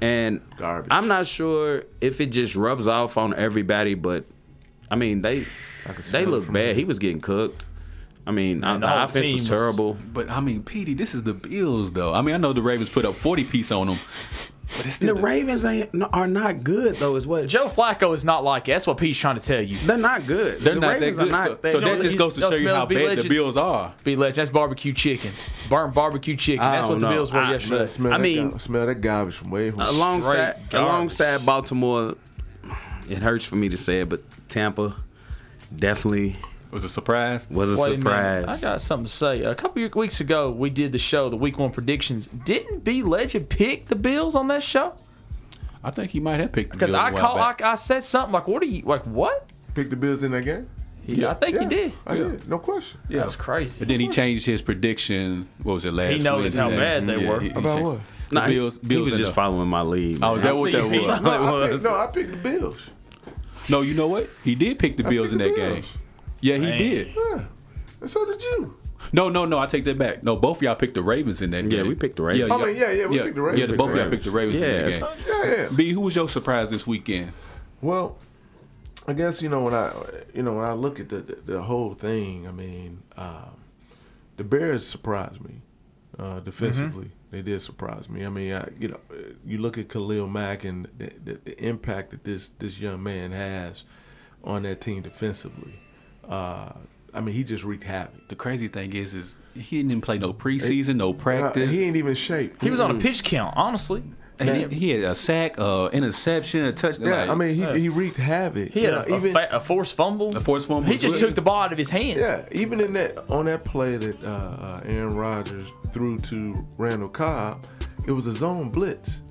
Speaker 4: And
Speaker 2: Garbage.
Speaker 4: I'm not sure if it just rubs off on everybody, but I mean they
Speaker 2: smell
Speaker 4: they
Speaker 2: it
Speaker 4: look
Speaker 2: from
Speaker 4: bad. He was getting cooked. I mean, I,
Speaker 3: the
Speaker 4: the
Speaker 3: whole
Speaker 4: offense
Speaker 3: team
Speaker 4: was
Speaker 3: was-
Speaker 4: terrible.
Speaker 1: But I mean, Petey, this is the Bills, though. I mean, I know the Ravens put up 40 piece on them, but it's
Speaker 5: The
Speaker 1: still
Speaker 5: Ravens ain't, are not good though. Is what
Speaker 3: Joe Flacco is not like it. That's what Pete's trying to tell you.
Speaker 5: they're not good.
Speaker 1: they're
Speaker 5: the
Speaker 1: not that
Speaker 5: Ravens
Speaker 1: good.
Speaker 5: Are not,
Speaker 1: so
Speaker 5: they-
Speaker 1: so
Speaker 5: no,
Speaker 1: that just
Speaker 3: he-
Speaker 1: goes to
Speaker 3: they'll
Speaker 1: show you
Speaker 3: smell
Speaker 1: how
Speaker 3: Big
Speaker 1: bad the
Speaker 3: Legend.
Speaker 1: Bills are.
Speaker 3: Be legend. That's barbecue chicken. Burnt barbecue chicken.
Speaker 4: I
Speaker 3: That's what
Speaker 4: don't
Speaker 3: the
Speaker 4: know.
Speaker 3: Bills were
Speaker 4: I-
Speaker 3: yesterday.
Speaker 2: Smell, smell
Speaker 4: I
Speaker 2: that
Speaker 4: mean-
Speaker 2: gar- smell that garbage from way. from-
Speaker 4: alongside
Speaker 3: Straight garbage.
Speaker 4: alongside Baltimore, it hurts for me to say it, but Tampa definitely
Speaker 1: It was a surprise.
Speaker 4: was a
Speaker 3: Wait a
Speaker 4: surprise.
Speaker 3: minute. I got something to say. A couple of weeks ago, we did the show, the Week One predictions. Didn't B Legend pick the Bills on that show?
Speaker 1: I think he might have picked the
Speaker 3: Because
Speaker 1: Bills.
Speaker 3: I
Speaker 1: a while
Speaker 3: call, I,
Speaker 1: back.
Speaker 3: I said something like, "What are you like? What?"
Speaker 2: Pick the Bills in that game.
Speaker 3: Yeah, I think
Speaker 2: Yeah,
Speaker 3: he did.
Speaker 2: I
Speaker 1: Yeah.
Speaker 2: did. No question.
Speaker 1: yeah.
Speaker 3: That was crazy.
Speaker 1: But then he changed his prediction. What was it last?
Speaker 3: He noticed how
Speaker 1: Wednesday?
Speaker 3: bad they were.
Speaker 2: About
Speaker 1: changed-
Speaker 2: what?
Speaker 1: The
Speaker 4: Nah, he-
Speaker 1: Bills.
Speaker 4: he
Speaker 1: Bills
Speaker 4: was
Speaker 1: and
Speaker 4: just
Speaker 1: the-
Speaker 4: following my lead.
Speaker 1: Oh, is
Speaker 4: man.
Speaker 1: that what
Speaker 3: see.
Speaker 1: that was?
Speaker 2: [LAUGHS] No, I picked, no, I picked the Bills.
Speaker 1: No, you know what? He did pick the Bills in
Speaker 2: picked
Speaker 1: that
Speaker 2: the [LAUGHS]
Speaker 1: game.
Speaker 2: Bills.
Speaker 1: Yeah, he
Speaker 3: Man.
Speaker 1: did.
Speaker 2: Yeah. And so did you.
Speaker 1: No, no, no. I take that back. No, both of y'all picked the Ravens in that
Speaker 4: Yeah,
Speaker 1: game.
Speaker 4: we picked the Ravens.
Speaker 2: I mean, yeah, yeah, we picked the Ravens.
Speaker 1: Yeah,
Speaker 2: Picked
Speaker 1: both
Speaker 2: the
Speaker 1: of y'all
Speaker 2: Ravens.
Speaker 1: picked the Ravens in that
Speaker 4: Yeah.
Speaker 1: game.
Speaker 2: Yeah, yeah.
Speaker 1: B, who was your surprise this weekend?
Speaker 2: Well, I guess you know when I you know when I look at the the, the whole thing. I mean, um, the Bears surprised me uh, defensively.
Speaker 3: Mm-hmm.
Speaker 2: They did surprise me. I mean, I, you know, uh, you look at Khalil Mack and the, the, the impact that this this young man has on that team defensively. Uh, I mean, he just wreaked havoc.
Speaker 1: The crazy thing is, is he didn't even play no preseason, no
Speaker 2: Uh,
Speaker 1: practice.
Speaker 2: he ain't even shaped.
Speaker 3: He was on a pitch count, honestly.
Speaker 1: And he, he had a sack, uh, interception, a touchdown.
Speaker 2: Yeah, I mean, he, he wreaked havoc.
Speaker 3: He had
Speaker 2: Now,
Speaker 3: a, a fa- a forced fumble.
Speaker 1: A forced fumble
Speaker 3: He
Speaker 1: as
Speaker 3: just
Speaker 1: well.
Speaker 3: took the ball out of his hands.
Speaker 2: Yeah, even in that on that play that uh, uh, Aaron Rodgers threw to Randall Cobb, it was a zone blitz,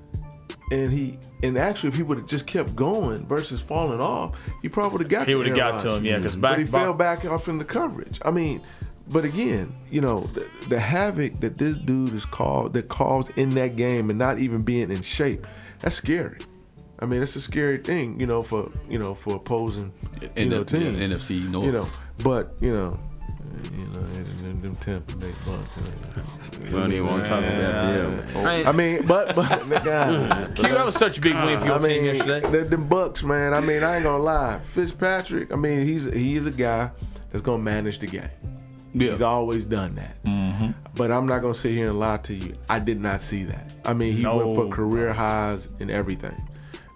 Speaker 2: and he and actually if he would have just kept going versus falling off, he probably would have got.
Speaker 3: He
Speaker 2: to
Speaker 3: would've
Speaker 2: Aaron
Speaker 3: got to
Speaker 2: Rodgers.
Speaker 3: him, yeah, 'cause
Speaker 2: but he
Speaker 3: back-
Speaker 2: fell back off in the coverage. I mean, but again, you know, the, the havoc that this dude is called that caused in that game and not even being in shape, that's scary. I mean, that's a scary thing, you know, for you know for opposing you
Speaker 1: In
Speaker 2: know,
Speaker 1: the- yeah,
Speaker 2: team.
Speaker 1: NFC North.
Speaker 2: You know, but you know, uh, you know, and them, them Tampa Bay Buccaneers.
Speaker 4: We don't even want to talk about that.
Speaker 1: Oh.
Speaker 4: Yeah.
Speaker 3: Man,
Speaker 2: I mean, but
Speaker 3: [LAUGHS]
Speaker 2: but the guy.
Speaker 3: Q, that was such a big win for your
Speaker 2: I
Speaker 3: team
Speaker 2: mean,
Speaker 3: yesterday.
Speaker 2: the, them Bucks, man. I mean, I ain't gonna lie. Fitzpatrick. I mean, he's he is a guy that's gonna manage the game.
Speaker 1: Yeah.
Speaker 2: He's always done that. But I'm not gonna sit here and lie to you. I did not see that. I mean, he
Speaker 3: No.
Speaker 2: went for career highs and everything.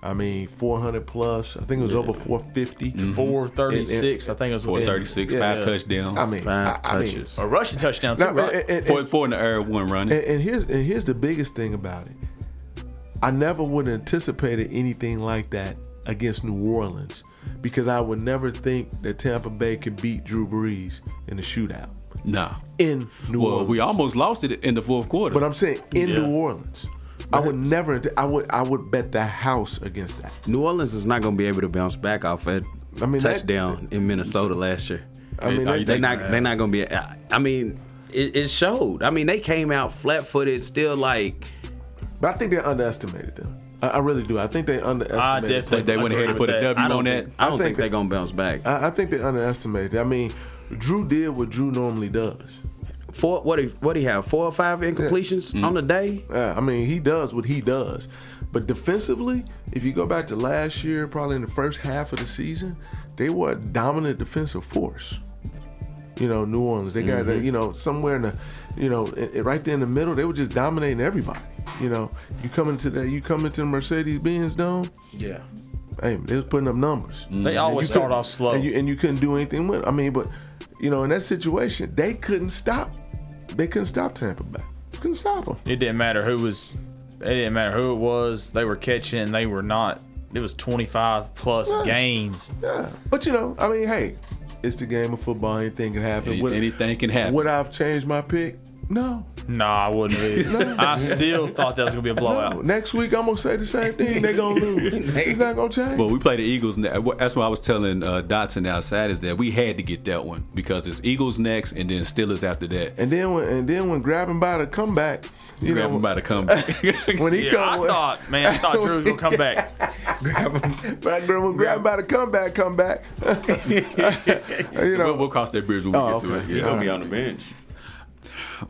Speaker 2: I mean, 400 plus. I think it was over 450.
Speaker 3: Four thirty-six. I think it was
Speaker 1: Four thirty six,
Speaker 2: Yeah.
Speaker 1: five touchdowns.
Speaker 2: I mean,
Speaker 4: Five
Speaker 2: I, I mean,
Speaker 4: touches.
Speaker 3: A rushing touchdown too,
Speaker 2: now,
Speaker 3: right?
Speaker 2: and- and-
Speaker 1: four, four in the air, one running.
Speaker 2: And, and here's and here's the biggest thing about it. I never would have anticipated anything like that against New Orleans because I would never think that Tampa Bay could beat Drew Brees in a shootout
Speaker 1: nah.
Speaker 2: in New
Speaker 1: Well,
Speaker 2: Orleans.
Speaker 1: we almost lost it in the fourth quarter.
Speaker 2: but I'm saying in
Speaker 3: Yeah.
Speaker 2: New Orleans, I would never. I would I would bet the house against that.
Speaker 4: New Orleans is not going to be able to bounce back off that
Speaker 2: I mean, that-
Speaker 4: touchdown in Minnesota last year.
Speaker 2: I mean,
Speaker 1: are you
Speaker 2: that-
Speaker 4: They're not. They're not going to be. I I mean, it, it showed. I mean, they came out flat footed, still like.
Speaker 2: but I think they underestimated them. I, I really do. I think they underestimated.
Speaker 3: I
Speaker 2: Tampa
Speaker 3: definitely
Speaker 1: They went ahead and put a W on
Speaker 3: it.
Speaker 1: that.
Speaker 4: I
Speaker 2: I
Speaker 4: don't
Speaker 2: think
Speaker 4: think, they're
Speaker 2: that-
Speaker 4: going to bounce back.
Speaker 2: I, I think they underestimated. I mean, Drew did what Drew normally does.
Speaker 4: Four. What? He, what he have? Four or five incompletions on the day.
Speaker 2: Yeah, I mean, he does what he does. But defensively, if you go back to last year, probably in the first half of the season, they were a dominant defensive force. You know, New Orleans, they got,
Speaker 3: Mm-hmm.
Speaker 2: you know, somewhere in the, you know, i- i- right there in the middle, they were just dominating everybody. You know, you come into that, you come into the Mercedes Benz Dome,
Speaker 5: Yeah.
Speaker 2: hey, they was putting up numbers.
Speaker 3: They always
Speaker 2: You couldn't-
Speaker 3: start off slow.
Speaker 2: And you, and you couldn't do anything with. it. I mean, but you know, in that situation, they couldn't stop. They couldn't stop Tampa Bay. Couldn't stop them.
Speaker 3: it didn't matter who was. It didn't matter who it was. They were catching. and They were not. It was twenty-five plus
Speaker 2: Yeah.
Speaker 3: gains.
Speaker 2: Yeah, but you know, I mean, hey, it's the game of football. Anything can happen.
Speaker 1: Any- anything can happen.
Speaker 2: Would I've changed my pick? No.
Speaker 3: No, I wouldn't. Be.
Speaker 2: [LAUGHS]
Speaker 3: I still thought that was gonna be a blowout.
Speaker 2: no. Next week I'm gonna say the same thing. They're gonna lose. it's not gonna change.
Speaker 1: Well, we play the Eagles. ne- That's what I was telling uh, Dotson outside is that we had to get that one because it's Eagles next and then Steelers after that.
Speaker 2: and then when and then when grabbing by the comeback, you
Speaker 1: Grab
Speaker 2: know,
Speaker 1: them by
Speaker 2: [LAUGHS]
Speaker 1: the comeback.
Speaker 2: when [LAUGHS] he
Speaker 3: Yeah,
Speaker 2: come,
Speaker 3: I thought, man, I thought Drew was gonna come back.
Speaker 2: [LAUGHS] back there [LAUGHS] when grabbing by the comeback, come back. [LAUGHS] you
Speaker 1: [LAUGHS] we'll,
Speaker 2: know,
Speaker 1: we'll cross that bridge when we
Speaker 2: Oh,
Speaker 1: get to
Speaker 2: okay.
Speaker 1: it.
Speaker 5: He's
Speaker 1: Yeah.
Speaker 5: gonna be on the bench.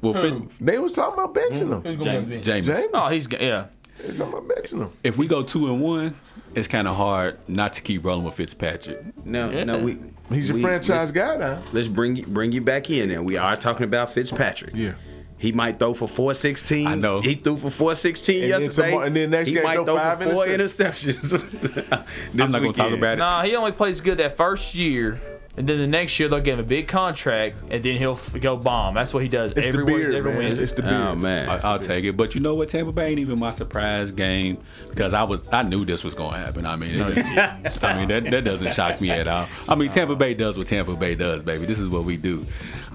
Speaker 1: Well, Fitz,
Speaker 2: they was talking about benching him.
Speaker 5: James.
Speaker 1: James,
Speaker 2: James,
Speaker 3: Oh, he's g- yeah.
Speaker 2: they was talking about benching him.
Speaker 1: if we go two and one, it's kind of hard not to keep rolling with Fitzpatrick.
Speaker 4: No, no.
Speaker 3: Yeah.
Speaker 4: We.
Speaker 2: He's your
Speaker 4: we-
Speaker 2: franchise
Speaker 4: let's-
Speaker 2: guy now.
Speaker 4: Let's bring you bring you back in, and we are talking about Fitzpatrick.
Speaker 2: Yeah.
Speaker 4: He might throw for 416.
Speaker 1: I know.
Speaker 4: He threw for 416
Speaker 2: And then
Speaker 4: yesterday.
Speaker 2: tomorrow- and then next
Speaker 4: he
Speaker 2: game
Speaker 4: might
Speaker 2: throw
Speaker 4: throw
Speaker 2: five
Speaker 4: for four
Speaker 5: [LAUGHS]
Speaker 4: interceptions.
Speaker 1: I'm not gonna talk about it.
Speaker 3: Nah, he only plays good that first year, and then the next year they'll give him a big contract, and then he'll f- go bomb. That's what he does
Speaker 2: It's
Speaker 3: every
Speaker 2: the
Speaker 3: Wednesday,
Speaker 2: beard,
Speaker 3: every
Speaker 2: man.
Speaker 3: Wednesday.
Speaker 2: It's the beard.
Speaker 4: Oh man.
Speaker 1: I, I'll take it. But you know what, Tampa Bay ain't even my surprise game because I was I knew this was gonna happen. I mean, it- [LAUGHS] I mean that, that doesn't shock me at all. I mean, Tampa Bay does what Tampa Bay does, baby. This is what we do.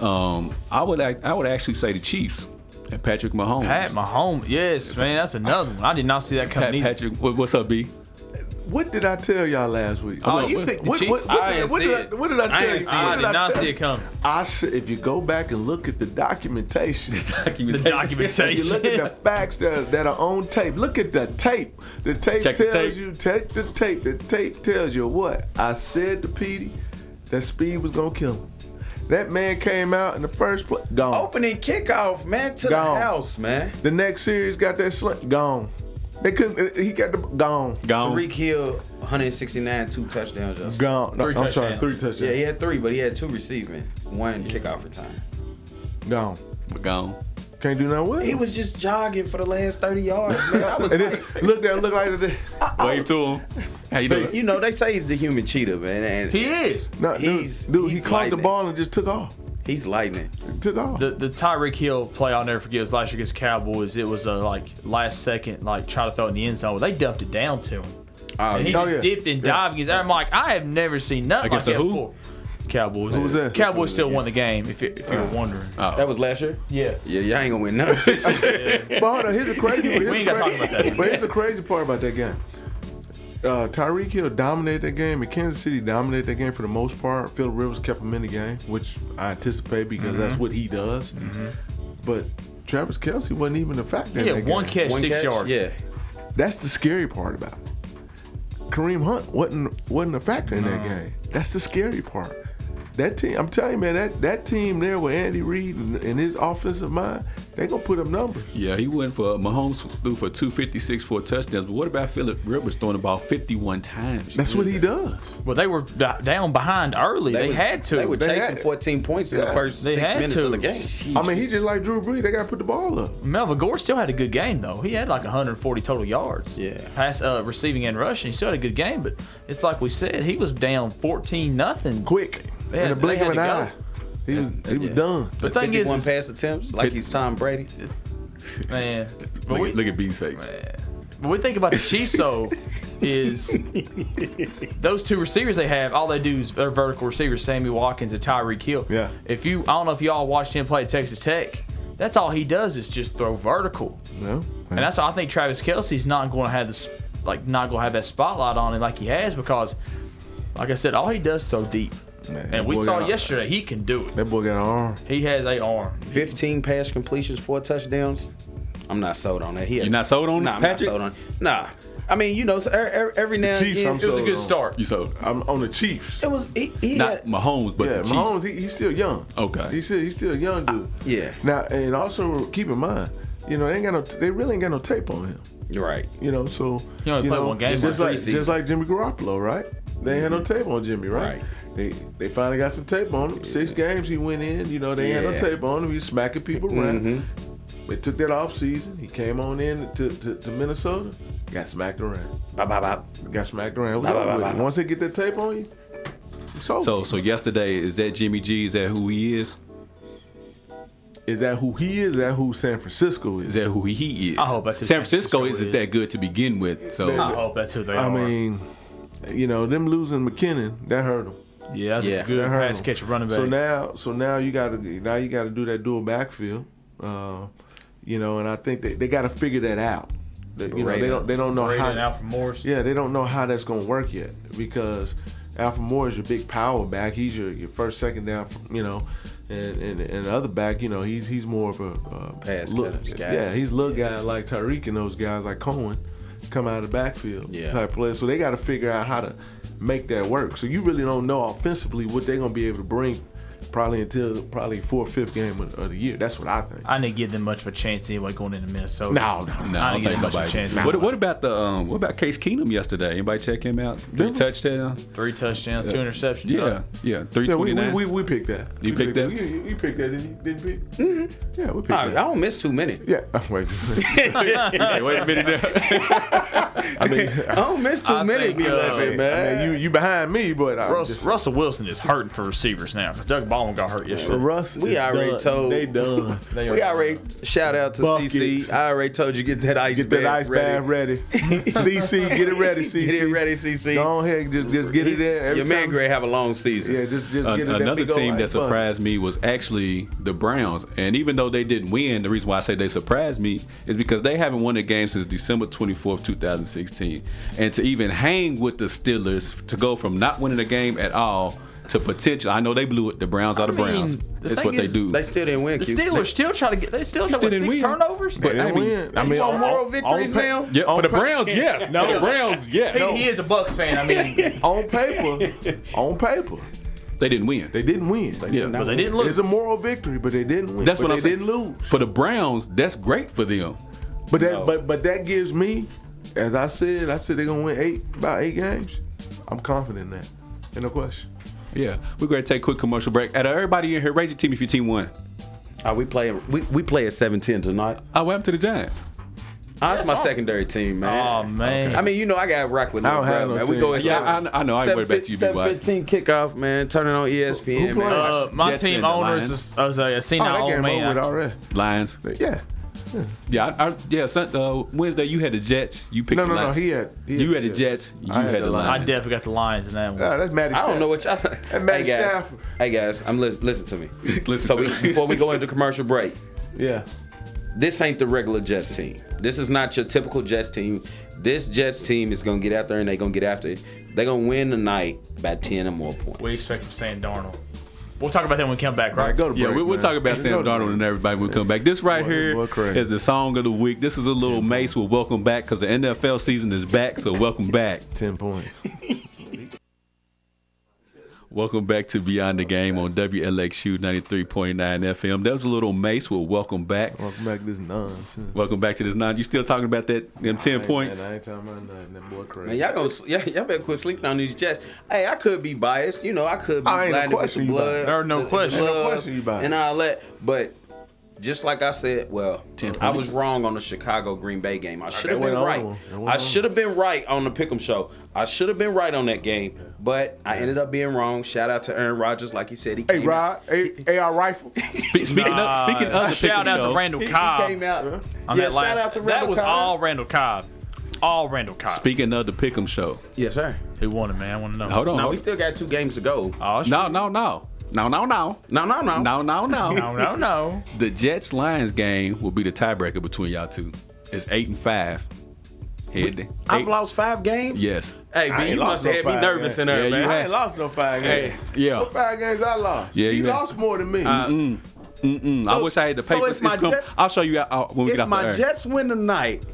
Speaker 1: Um, I would act, I would actually say the Chiefs and Patrick Mahomes.
Speaker 3: Pat Mahomes, yes, man, that's another one. I did not see that
Speaker 1: Pat,
Speaker 3: coming. either.
Speaker 1: Patrick, what, what's up, B? [LAUGHS]
Speaker 2: What did I tell y'all last week?
Speaker 1: Oh,
Speaker 3: you picked the
Speaker 2: What,
Speaker 3: Chiefs.
Speaker 2: what, what,
Speaker 5: I
Speaker 2: did,
Speaker 5: ain't
Speaker 2: what,
Speaker 5: see
Speaker 2: did I,
Speaker 5: it.
Speaker 2: what did I
Speaker 5: I
Speaker 2: say?
Speaker 5: ain't see
Speaker 2: what
Speaker 3: I did not
Speaker 2: tell
Speaker 3: see it
Speaker 2: you? [LAUGHS]
Speaker 3: coming.
Speaker 2: I said, if you go back and look at
Speaker 5: [LAUGHS]
Speaker 2: the documentation,
Speaker 3: The
Speaker 2: you
Speaker 3: documentation.
Speaker 2: look at the facts that are, that are on tape. Look at the tape. The tape
Speaker 1: Check the
Speaker 2: tells
Speaker 1: tape.
Speaker 2: you. Take the tape. The tape tells you what I said to Petey. That speed was gonna kill him. That man came out in the first play. Gone.
Speaker 5: Opening kickoff, man, to
Speaker 2: Gone.
Speaker 5: the house, man.
Speaker 2: The next series got that slant. Gone. They couldn't. uh, He got the gone.
Speaker 1: [LAUGHS] Gone.
Speaker 5: Tariq Hill, 169, two touchdowns. Just.
Speaker 2: Gone. No,
Speaker 3: Three
Speaker 2: I'm sorry.
Speaker 3: touchdowns.
Speaker 2: Three touchdowns.
Speaker 5: Yeah, he had three, but he had two receiving, one kickoff return.
Speaker 2: Gone.
Speaker 1: Gone.
Speaker 2: Can't do nothing with it.
Speaker 5: He was just jogging for the last 30 yards, man. I was
Speaker 2: [LAUGHS] and then
Speaker 5: like,
Speaker 2: look there, look like the
Speaker 1: Wave to him. How you doing?
Speaker 5: you know, they say he's the human cheetah, man, and
Speaker 3: he is.
Speaker 2: no, dude,
Speaker 5: He's-
Speaker 2: dude, he
Speaker 5: he's
Speaker 2: caught the
Speaker 5: lightning.
Speaker 2: ball and just took off.
Speaker 5: he's lightning.
Speaker 2: Took off.
Speaker 3: The the Tyreek Hill play I'll never forget was last year against Cowboys. It was a like last second like try to throw it in the end zone. They dumped it down to him.
Speaker 5: Oh,
Speaker 3: And he
Speaker 5: yeah.
Speaker 2: Oh,
Speaker 3: just
Speaker 2: yeah.
Speaker 3: dipped and dived against. I'm like, I have never seen nothing
Speaker 1: Against
Speaker 3: like
Speaker 1: the
Speaker 3: that
Speaker 1: who?
Speaker 3: before. Cowboys. Who
Speaker 2: was that?
Speaker 3: Cowboys still won the game. If you, if you were wondering.
Speaker 4: uh,
Speaker 5: That was last year?
Speaker 3: yeah.
Speaker 5: Yeah, y'all ain't gonna win nothing.
Speaker 2: but hold on,
Speaker 3: [LAUGHS]
Speaker 2: here's the crazy. Here's the
Speaker 3: ain't gotta
Speaker 2: crazy-
Speaker 3: talk about that.
Speaker 2: But here's the crazy part about that game. Uh, Tyreek Hill dominated that game, and Kansas City dominated that game for the most part. Phil Rivers kept him in the game, which I anticipate because
Speaker 3: Mm-hmm.
Speaker 2: that's what he does. But Travis Kelsey wasn't even a factor.
Speaker 3: He
Speaker 2: in that
Speaker 3: had one
Speaker 2: game.
Speaker 3: catch, six yards.
Speaker 5: Yeah.
Speaker 2: That's the scary part about it. Kareem Hunt wasn't wasn't a factor in that game. That's the scary part. That team, I'm telling you, man, that, that team there with Andy Reid and, and his offensive mind, they gonna put up numbers.
Speaker 1: Yeah, he went for Mahomes threw for 256 for touchdowns. But what about Philip Rivers throwing the ball 51 times?
Speaker 2: That's what he does.
Speaker 3: Well, they were d- down behind early. They,
Speaker 5: was-
Speaker 3: had to.
Speaker 5: They were
Speaker 2: They
Speaker 5: chasing
Speaker 2: had-
Speaker 5: 14 points in
Speaker 2: Yeah.
Speaker 5: the first
Speaker 3: They
Speaker 5: six
Speaker 3: had
Speaker 5: minutes
Speaker 3: to.
Speaker 5: of the game.
Speaker 2: I mean, he just like Drew Brees. They gotta put the ball up.
Speaker 3: Melvin Gore still had a good game though. He had like 140 total yards.
Speaker 5: Yeah.
Speaker 3: Pass, uh, receiving and rushing. He still had a good game, but it's like we said, he was down 14 nothing.
Speaker 2: Quick,
Speaker 3: They
Speaker 2: in
Speaker 3: had-
Speaker 2: the blink
Speaker 3: they
Speaker 2: of an
Speaker 3: had
Speaker 2: eye,
Speaker 3: to
Speaker 2: he was he was
Speaker 1: it.
Speaker 2: done.
Speaker 3: The thing is,
Speaker 5: 51
Speaker 3: is-
Speaker 5: pass attempts, like he's Tom Brady.
Speaker 3: man. But
Speaker 1: Look,
Speaker 3: we,
Speaker 1: at- look at B's face.
Speaker 3: but we think about the Chiefs though, is those two receivers they have, all they do is their vertical receivers, Sammy Watkins and Tyreek Hill.
Speaker 2: Yeah.
Speaker 3: If you, I don't know if y'all watched him play at Texas Tech. That's all he does is just throw vertical.
Speaker 2: No,
Speaker 3: And that's why I think Travis Kelsey's not going to have this, like, not going to have that spotlight on him like he has because, like I said, all he does is throw deep.
Speaker 2: Man,
Speaker 3: and we
Speaker 2: boy
Speaker 3: saw
Speaker 2: got-
Speaker 3: yesterday he can do it.
Speaker 2: That boy got an arm.
Speaker 3: He has a arm.
Speaker 5: 15 pass completions, four touchdowns. I'm not sold on that. He
Speaker 1: You're not sold on
Speaker 5: nah,
Speaker 1: it,
Speaker 5: I'm not
Speaker 1: Patrick?
Speaker 5: sold on. Nah, I mean, you know, so er- er- every now and
Speaker 2: Chiefs,
Speaker 5: then,
Speaker 2: I'm
Speaker 5: it
Speaker 3: It was
Speaker 5: was,
Speaker 3: a
Speaker 2: sold
Speaker 3: good
Speaker 2: on.
Speaker 3: start.
Speaker 1: You sold.
Speaker 2: I'm on the Chiefs.
Speaker 5: it was he, he
Speaker 1: Not
Speaker 5: had,
Speaker 1: Mahomes, but
Speaker 2: Yeah,
Speaker 1: the Chiefs.
Speaker 2: Mahomes, he, he's still young.
Speaker 1: Okay.
Speaker 2: he's still he's still a young dude.
Speaker 5: yeah,
Speaker 2: Now, and also keep in mind, you know, they ain't got no, they really ain't got no tape on him.
Speaker 5: you're right.
Speaker 2: You know, so
Speaker 3: He only
Speaker 2: you
Speaker 3: played
Speaker 2: know,
Speaker 3: one game
Speaker 2: just
Speaker 3: in
Speaker 2: like
Speaker 5: preseason.
Speaker 2: just like Jimmy Garoppolo, right? They ain't had no tape on Jimmy, right?
Speaker 5: Right.
Speaker 2: They they finally got some tape on him. Six games he went in, you know, they ain't had
Speaker 5: Yeah.
Speaker 2: no tape on him. He was smacking people around. They took that off season. He came on in to, to, to Minnesota, got smacked around.
Speaker 5: Bop, bop, bop.
Speaker 2: Got smacked around. It was
Speaker 5: Bye,
Speaker 2: over
Speaker 5: bye,
Speaker 2: with.
Speaker 5: bye, bye.
Speaker 2: Once they get that tape on you, it's over.
Speaker 1: So, so yesterday is that Jimmy G? Is that who he is?
Speaker 2: is that who he is? Is that who San Francisco
Speaker 1: Is
Speaker 2: is?
Speaker 1: that who he is?
Speaker 3: I hope that's who
Speaker 1: San
Speaker 3: San
Speaker 1: Francisco,
Speaker 3: Francisco
Speaker 1: isn't
Speaker 3: is.
Speaker 1: that good to begin with. So
Speaker 3: I hope that's who they
Speaker 2: I
Speaker 3: are.
Speaker 2: mean, you know, them losing McKinnon, that hurt them.
Speaker 3: yeah, that's
Speaker 5: yeah,
Speaker 3: a good
Speaker 2: That hurt
Speaker 3: pass
Speaker 2: him.
Speaker 3: catcher running back.
Speaker 2: So now, so now you got to now you got to do that dual backfield, uh, you know. And I think they, they got to figure that out. They, you know, they
Speaker 5: Brady.
Speaker 2: don't they don't know
Speaker 3: Brady
Speaker 2: how.
Speaker 3: and Alfred Morris.
Speaker 2: Yeah, they don't know how that's gonna work yet because Alpha Moore is your big power back. He's your, your first, second down, you know, and, and and the other back, you know, he's he's more of a uh,
Speaker 5: Pass
Speaker 2: look,
Speaker 5: cutters guy.
Speaker 2: yeah, he's little guy like Tyreek and those guys like Cohen come out of the backfield
Speaker 5: Yeah.
Speaker 2: type player. So they got to figure out how to make that work. So you really don't know offensively what they're gonna be able to bring. Probably until probably fourth, fifth game of, of the year. That's what I think.
Speaker 3: I didn't give them much of a chance anyway going into Minnesota.
Speaker 2: No, no,
Speaker 1: no, I don't
Speaker 3: give
Speaker 1: think
Speaker 3: him much of a
Speaker 1: nobody.
Speaker 3: chance.
Speaker 1: What, what about the um, what about Case Keenum yesterday? Anybody check him out? Three
Speaker 2: Denver.
Speaker 1: touchdown.
Speaker 3: Three touchdowns, two interceptions.
Speaker 1: Yeah, yeah, three
Speaker 2: Yeah,
Speaker 1: twenty
Speaker 2: we, we,
Speaker 1: nine.
Speaker 2: we, we picked that.
Speaker 1: You
Speaker 2: We
Speaker 1: picked that?
Speaker 2: You, you- you picked that, didn't you? Didn't you pick? Mm-hmm. Yeah, we picked
Speaker 5: Nah, I
Speaker 2: that.
Speaker 5: don't miss too many.
Speaker 2: Yeah,
Speaker 5: [LAUGHS]
Speaker 2: [LAUGHS] wait.
Speaker 1: Wait a minute. now.
Speaker 2: I mean,
Speaker 5: I don't miss too
Speaker 3: I
Speaker 5: many.
Speaker 3: think,
Speaker 5: people
Speaker 3: uh,
Speaker 5: out there,
Speaker 2: I
Speaker 5: man.
Speaker 2: mean, you you behind me, but I'm
Speaker 3: Russ,
Speaker 2: just,
Speaker 3: Russell Wilson is hurting for receivers now because Doug Baldwin got hurt yesterday.
Speaker 2: Russ
Speaker 5: We
Speaker 2: is
Speaker 5: already
Speaker 2: done.
Speaker 5: told-
Speaker 2: they done.
Speaker 3: They
Speaker 5: we
Speaker 3: are-
Speaker 5: already shout out to
Speaker 2: Buckets.
Speaker 5: CC. I already told you get that ice
Speaker 2: Get
Speaker 5: bag
Speaker 2: that ice
Speaker 5: ready.
Speaker 2: bath ready. [LAUGHS] CC, get it ready. CC,
Speaker 5: Get it ready, CC.
Speaker 2: Go ahead, just just get it there. Every
Speaker 5: Your man
Speaker 2: time-
Speaker 5: Gray have a long season.
Speaker 2: Yeah, just just
Speaker 1: An-
Speaker 2: get it that
Speaker 1: another
Speaker 2: big old
Speaker 1: team that
Speaker 2: ice bucket.
Speaker 1: surprised me was actually the Browns. And even though they didn't win, the reason why I say they surprised me is because they haven't won a game since December 24th, 2016. And to even hang with the Steelers, to go from not winning a game at all to potential, I know they blew it, the Browns are the
Speaker 3: I mean,
Speaker 1: Browns.
Speaker 3: the
Speaker 1: That's
Speaker 3: thing
Speaker 1: what they
Speaker 3: is,
Speaker 1: do.
Speaker 5: They still didn't win.
Speaker 3: The
Speaker 5: Q.
Speaker 3: Steelers still try to get. They still have what,
Speaker 1: didn't
Speaker 3: six
Speaker 1: win.
Speaker 3: turnovers.
Speaker 2: But I
Speaker 1: I mean,
Speaker 2: mean, I mean,
Speaker 5: want
Speaker 2: on-
Speaker 5: moral
Speaker 2: on-
Speaker 5: victories
Speaker 2: on pa-
Speaker 5: now?
Speaker 1: yeah,
Speaker 2: on
Speaker 1: for the
Speaker 2: pa-
Speaker 1: Browns, yes. No,
Speaker 3: [LAUGHS]
Speaker 1: the Browns, yes.
Speaker 3: he, he is a Bucks fan.
Speaker 2: [LAUGHS]
Speaker 3: I mean,
Speaker 2: On paper, on paper,
Speaker 1: They didn't win.
Speaker 2: they didn't win. They
Speaker 1: Yeah.
Speaker 2: didn't
Speaker 3: but
Speaker 2: win.
Speaker 3: they didn't
Speaker 2: It's
Speaker 3: lose.
Speaker 2: a moral victory, but they didn't win.
Speaker 1: That's
Speaker 2: but
Speaker 1: what
Speaker 2: they
Speaker 1: I'm saying.
Speaker 2: didn't lose.
Speaker 1: For the Browns, that's great for them.
Speaker 2: But that,
Speaker 5: No.
Speaker 2: but but that gives me, as I said, I said they're gonna win eight, about eight games. I'm confident in that. Ain't no question.
Speaker 1: Yeah, we're going to take a quick commercial break. Out of everybody in here, raise your team if your team won.
Speaker 5: Are Oh, we playing? We, we play at seven ten tonight.
Speaker 1: Oh, what happened to the Giants?
Speaker 5: Oh, that's my secondary team, man.
Speaker 3: oh man,
Speaker 5: I mean, you know, I got to rock with.
Speaker 2: I don't
Speaker 5: Lil
Speaker 2: have
Speaker 5: Bro,
Speaker 2: no
Speaker 5: man. We
Speaker 2: team.
Speaker 5: go at
Speaker 1: Yeah,
Speaker 5: seven-
Speaker 1: I, I know. I ain't worried about you, B. Wise.
Speaker 5: 7:15 kickoff, man. Turning on E ESPN,
Speaker 2: Who
Speaker 5: man.
Speaker 2: playing?
Speaker 3: uh, my
Speaker 1: Jets and
Speaker 3: team
Speaker 1: the
Speaker 3: owner
Speaker 1: Lions.
Speaker 3: is a, is a
Speaker 2: Oh,
Speaker 3: senile
Speaker 2: that
Speaker 3: old
Speaker 2: game over
Speaker 3: man.
Speaker 2: with already.
Speaker 1: Lions.
Speaker 2: Yeah.
Speaker 1: Yeah, I, I, yeah. Sun, uh, Wednesday, you had the Jets. You picked.
Speaker 2: No,
Speaker 1: the
Speaker 2: no, no.
Speaker 1: Lions.
Speaker 2: He had. He
Speaker 1: You had the Jets. You
Speaker 2: I
Speaker 1: had, the
Speaker 3: I
Speaker 1: Lions.
Speaker 3: definitely got the Lions in that one.
Speaker 2: Oh, that's Matty.
Speaker 5: I don't know [LAUGHS] what y'all.
Speaker 2: Matt
Speaker 5: hey guys,
Speaker 2: Stafford.
Speaker 5: hey guys, I'm li- listen to me.
Speaker 1: [LAUGHS] Listen
Speaker 5: so
Speaker 1: to
Speaker 5: we,
Speaker 1: me.
Speaker 5: before we go into commercial break,
Speaker 2: Yeah.
Speaker 5: this ain't the regular Jets team. This is not your typical Jets team. This Jets team is gonna get out there and they gonna get after it. They gonna win tonight by ten or more points.
Speaker 3: We expect him saying Darnold. We'll talk about that when we come back,
Speaker 2: All
Speaker 3: right?
Speaker 2: right, go to
Speaker 1: Yeah,
Speaker 2: break,
Speaker 1: we, we'll
Speaker 2: man.
Speaker 1: talk about Sam
Speaker 2: Go to
Speaker 1: Darnold
Speaker 2: break.
Speaker 1: and everybody when we come back. This right
Speaker 2: Boy,
Speaker 1: here
Speaker 2: boy, crazy.
Speaker 1: is the song of the week. This is a little Mace. We'll welcome back because the NFL season is back. So welcome back.
Speaker 2: Ten points.
Speaker 1: Welcome back to Beyond the Game on WLXU 93.9 FM. That was a little mace with welcome back.
Speaker 2: Welcome back to this nonsense.
Speaker 1: Welcome back to this nine. You still talking about that them ten [LAUGHS] points?
Speaker 2: Man, I ain't talking about nothing. That boy crazy.
Speaker 4: Man, y'all gonna s- y'all, y'all better quit sleeping on these jets. Hey, I could be biased, you know. I could be
Speaker 2: I ain't no
Speaker 4: blinded with
Speaker 2: question
Speaker 4: the
Speaker 2: you biased.
Speaker 4: blood,
Speaker 3: There are no
Speaker 4: the- the
Speaker 3: question.
Speaker 2: Ain't no
Speaker 4: love,
Speaker 2: question you biased.
Speaker 4: and all that. But just like I said, well,
Speaker 1: Ten
Speaker 4: I was
Speaker 1: points.
Speaker 4: wrong on the Chicago Green Bay game. I should have been
Speaker 2: went on.
Speaker 4: right.
Speaker 2: That went
Speaker 4: I
Speaker 2: on.
Speaker 4: should have been right on the Pick'em show. I should have been right on that game, but I ended up being wrong. Shout out to Aaron Rodgers, like he said, he
Speaker 2: Hey,
Speaker 4: came out.
Speaker 2: Rod, A- AR rifle.
Speaker 1: Spe- speaking of speaking of the
Speaker 3: shout
Speaker 1: pickup
Speaker 3: out
Speaker 1: show,
Speaker 3: to Randall
Speaker 4: He, he
Speaker 3: Cobb.
Speaker 4: came out.
Speaker 3: on that
Speaker 4: yeah, shout
Speaker 3: last-
Speaker 4: out to
Speaker 3: that
Speaker 4: Randall
Speaker 3: was
Speaker 4: Cobb.
Speaker 3: all Randall Cobb, all Randall Cobb.
Speaker 1: speaking of the Pick'em show.
Speaker 4: Yes, sir.
Speaker 3: Who won it, man? I want to know.
Speaker 1: Hold on.
Speaker 4: No, we
Speaker 1: hold-
Speaker 4: still got two games to go.
Speaker 3: Oh, shit.
Speaker 1: no, no, no, no, no, no,
Speaker 4: No, no, no.
Speaker 1: no, no, no.
Speaker 3: no, no,
Speaker 4: [LAUGHS]
Speaker 3: no.
Speaker 1: The Jets Lions game will be the tiebreaker between y'all two. It's eight and five. Head eight,
Speaker 4: I've lost five games.
Speaker 1: Yes.
Speaker 4: Hey,
Speaker 2: I
Speaker 4: B,
Speaker 2: ain't
Speaker 4: you
Speaker 2: lost
Speaker 4: must have had
Speaker 2: no
Speaker 4: me
Speaker 2: five,
Speaker 4: nervous
Speaker 2: man.
Speaker 4: in there,
Speaker 1: Yeah,
Speaker 4: man.
Speaker 1: you
Speaker 2: I ain't lost no five games.
Speaker 1: Yeah.
Speaker 2: What five games I lost?
Speaker 1: Yeah,
Speaker 2: you
Speaker 1: you had-
Speaker 2: lost more than me.
Speaker 4: Uh,
Speaker 1: Mm, mm, mm. I
Speaker 4: So-
Speaker 1: wish I had the
Speaker 4: so
Speaker 1: papers.
Speaker 4: if my
Speaker 1: It's come-
Speaker 4: Jets-
Speaker 1: I'll show you out, out when we get
Speaker 4: If
Speaker 1: off the
Speaker 4: my
Speaker 1: air.
Speaker 4: Jets win tonight,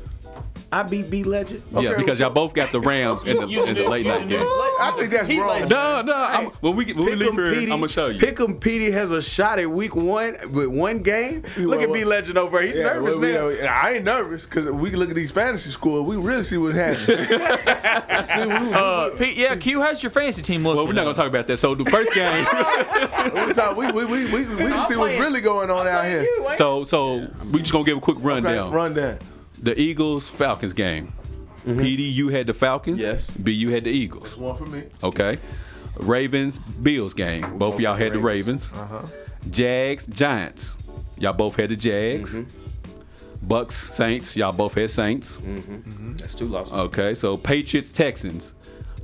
Speaker 4: I beat B Legend. Uh,
Speaker 1: yeah,
Speaker 2: Okay,
Speaker 1: because y'all both
Speaker 4: [LAUGHS]
Speaker 1: got the Rams in the, in the late night game.
Speaker 2: I think that's wrong.
Speaker 1: No, no. I'm, when we get- when we leave here, I'm gonna show you.
Speaker 4: Pick'em Petey has a shot at week one with one game. Look
Speaker 2: won
Speaker 4: at
Speaker 2: one.
Speaker 4: B Legend over here. He's
Speaker 2: Yeah,
Speaker 4: nervous
Speaker 2: well, we-
Speaker 4: now.
Speaker 2: uh, I ain't nervous because we can look at these fantasy scores. We really see what's
Speaker 3: [LAUGHS]
Speaker 2: happening. see, we,
Speaker 3: Uh, Pete, yeah, Q, how's your fantasy team looking?
Speaker 1: well, we're not gonna talk about that. So the
Speaker 4: [LAUGHS]
Speaker 1: first game.
Speaker 2: we, talk, we, we, we, we, we can
Speaker 3: I'm
Speaker 2: see what's
Speaker 3: playing-
Speaker 2: really going on out here.
Speaker 1: so so we just gonna give a quick rundown.
Speaker 2: Run down.
Speaker 1: The Eagles Falcons game.
Speaker 4: Mm-hmm.
Speaker 1: PD, you had the Falcons.
Speaker 4: Yes.
Speaker 1: B, you had the Eagles.
Speaker 2: One for me.
Speaker 1: Okay. Ravens Bills game. Both, of y'all had the Ravens.
Speaker 2: Uh-huh.
Speaker 1: Jags Giants. Y'all both had the Jags. Bucks Saints. Y'all both had Saints.
Speaker 4: That's two losses.
Speaker 1: Okay, so Patriots Texans.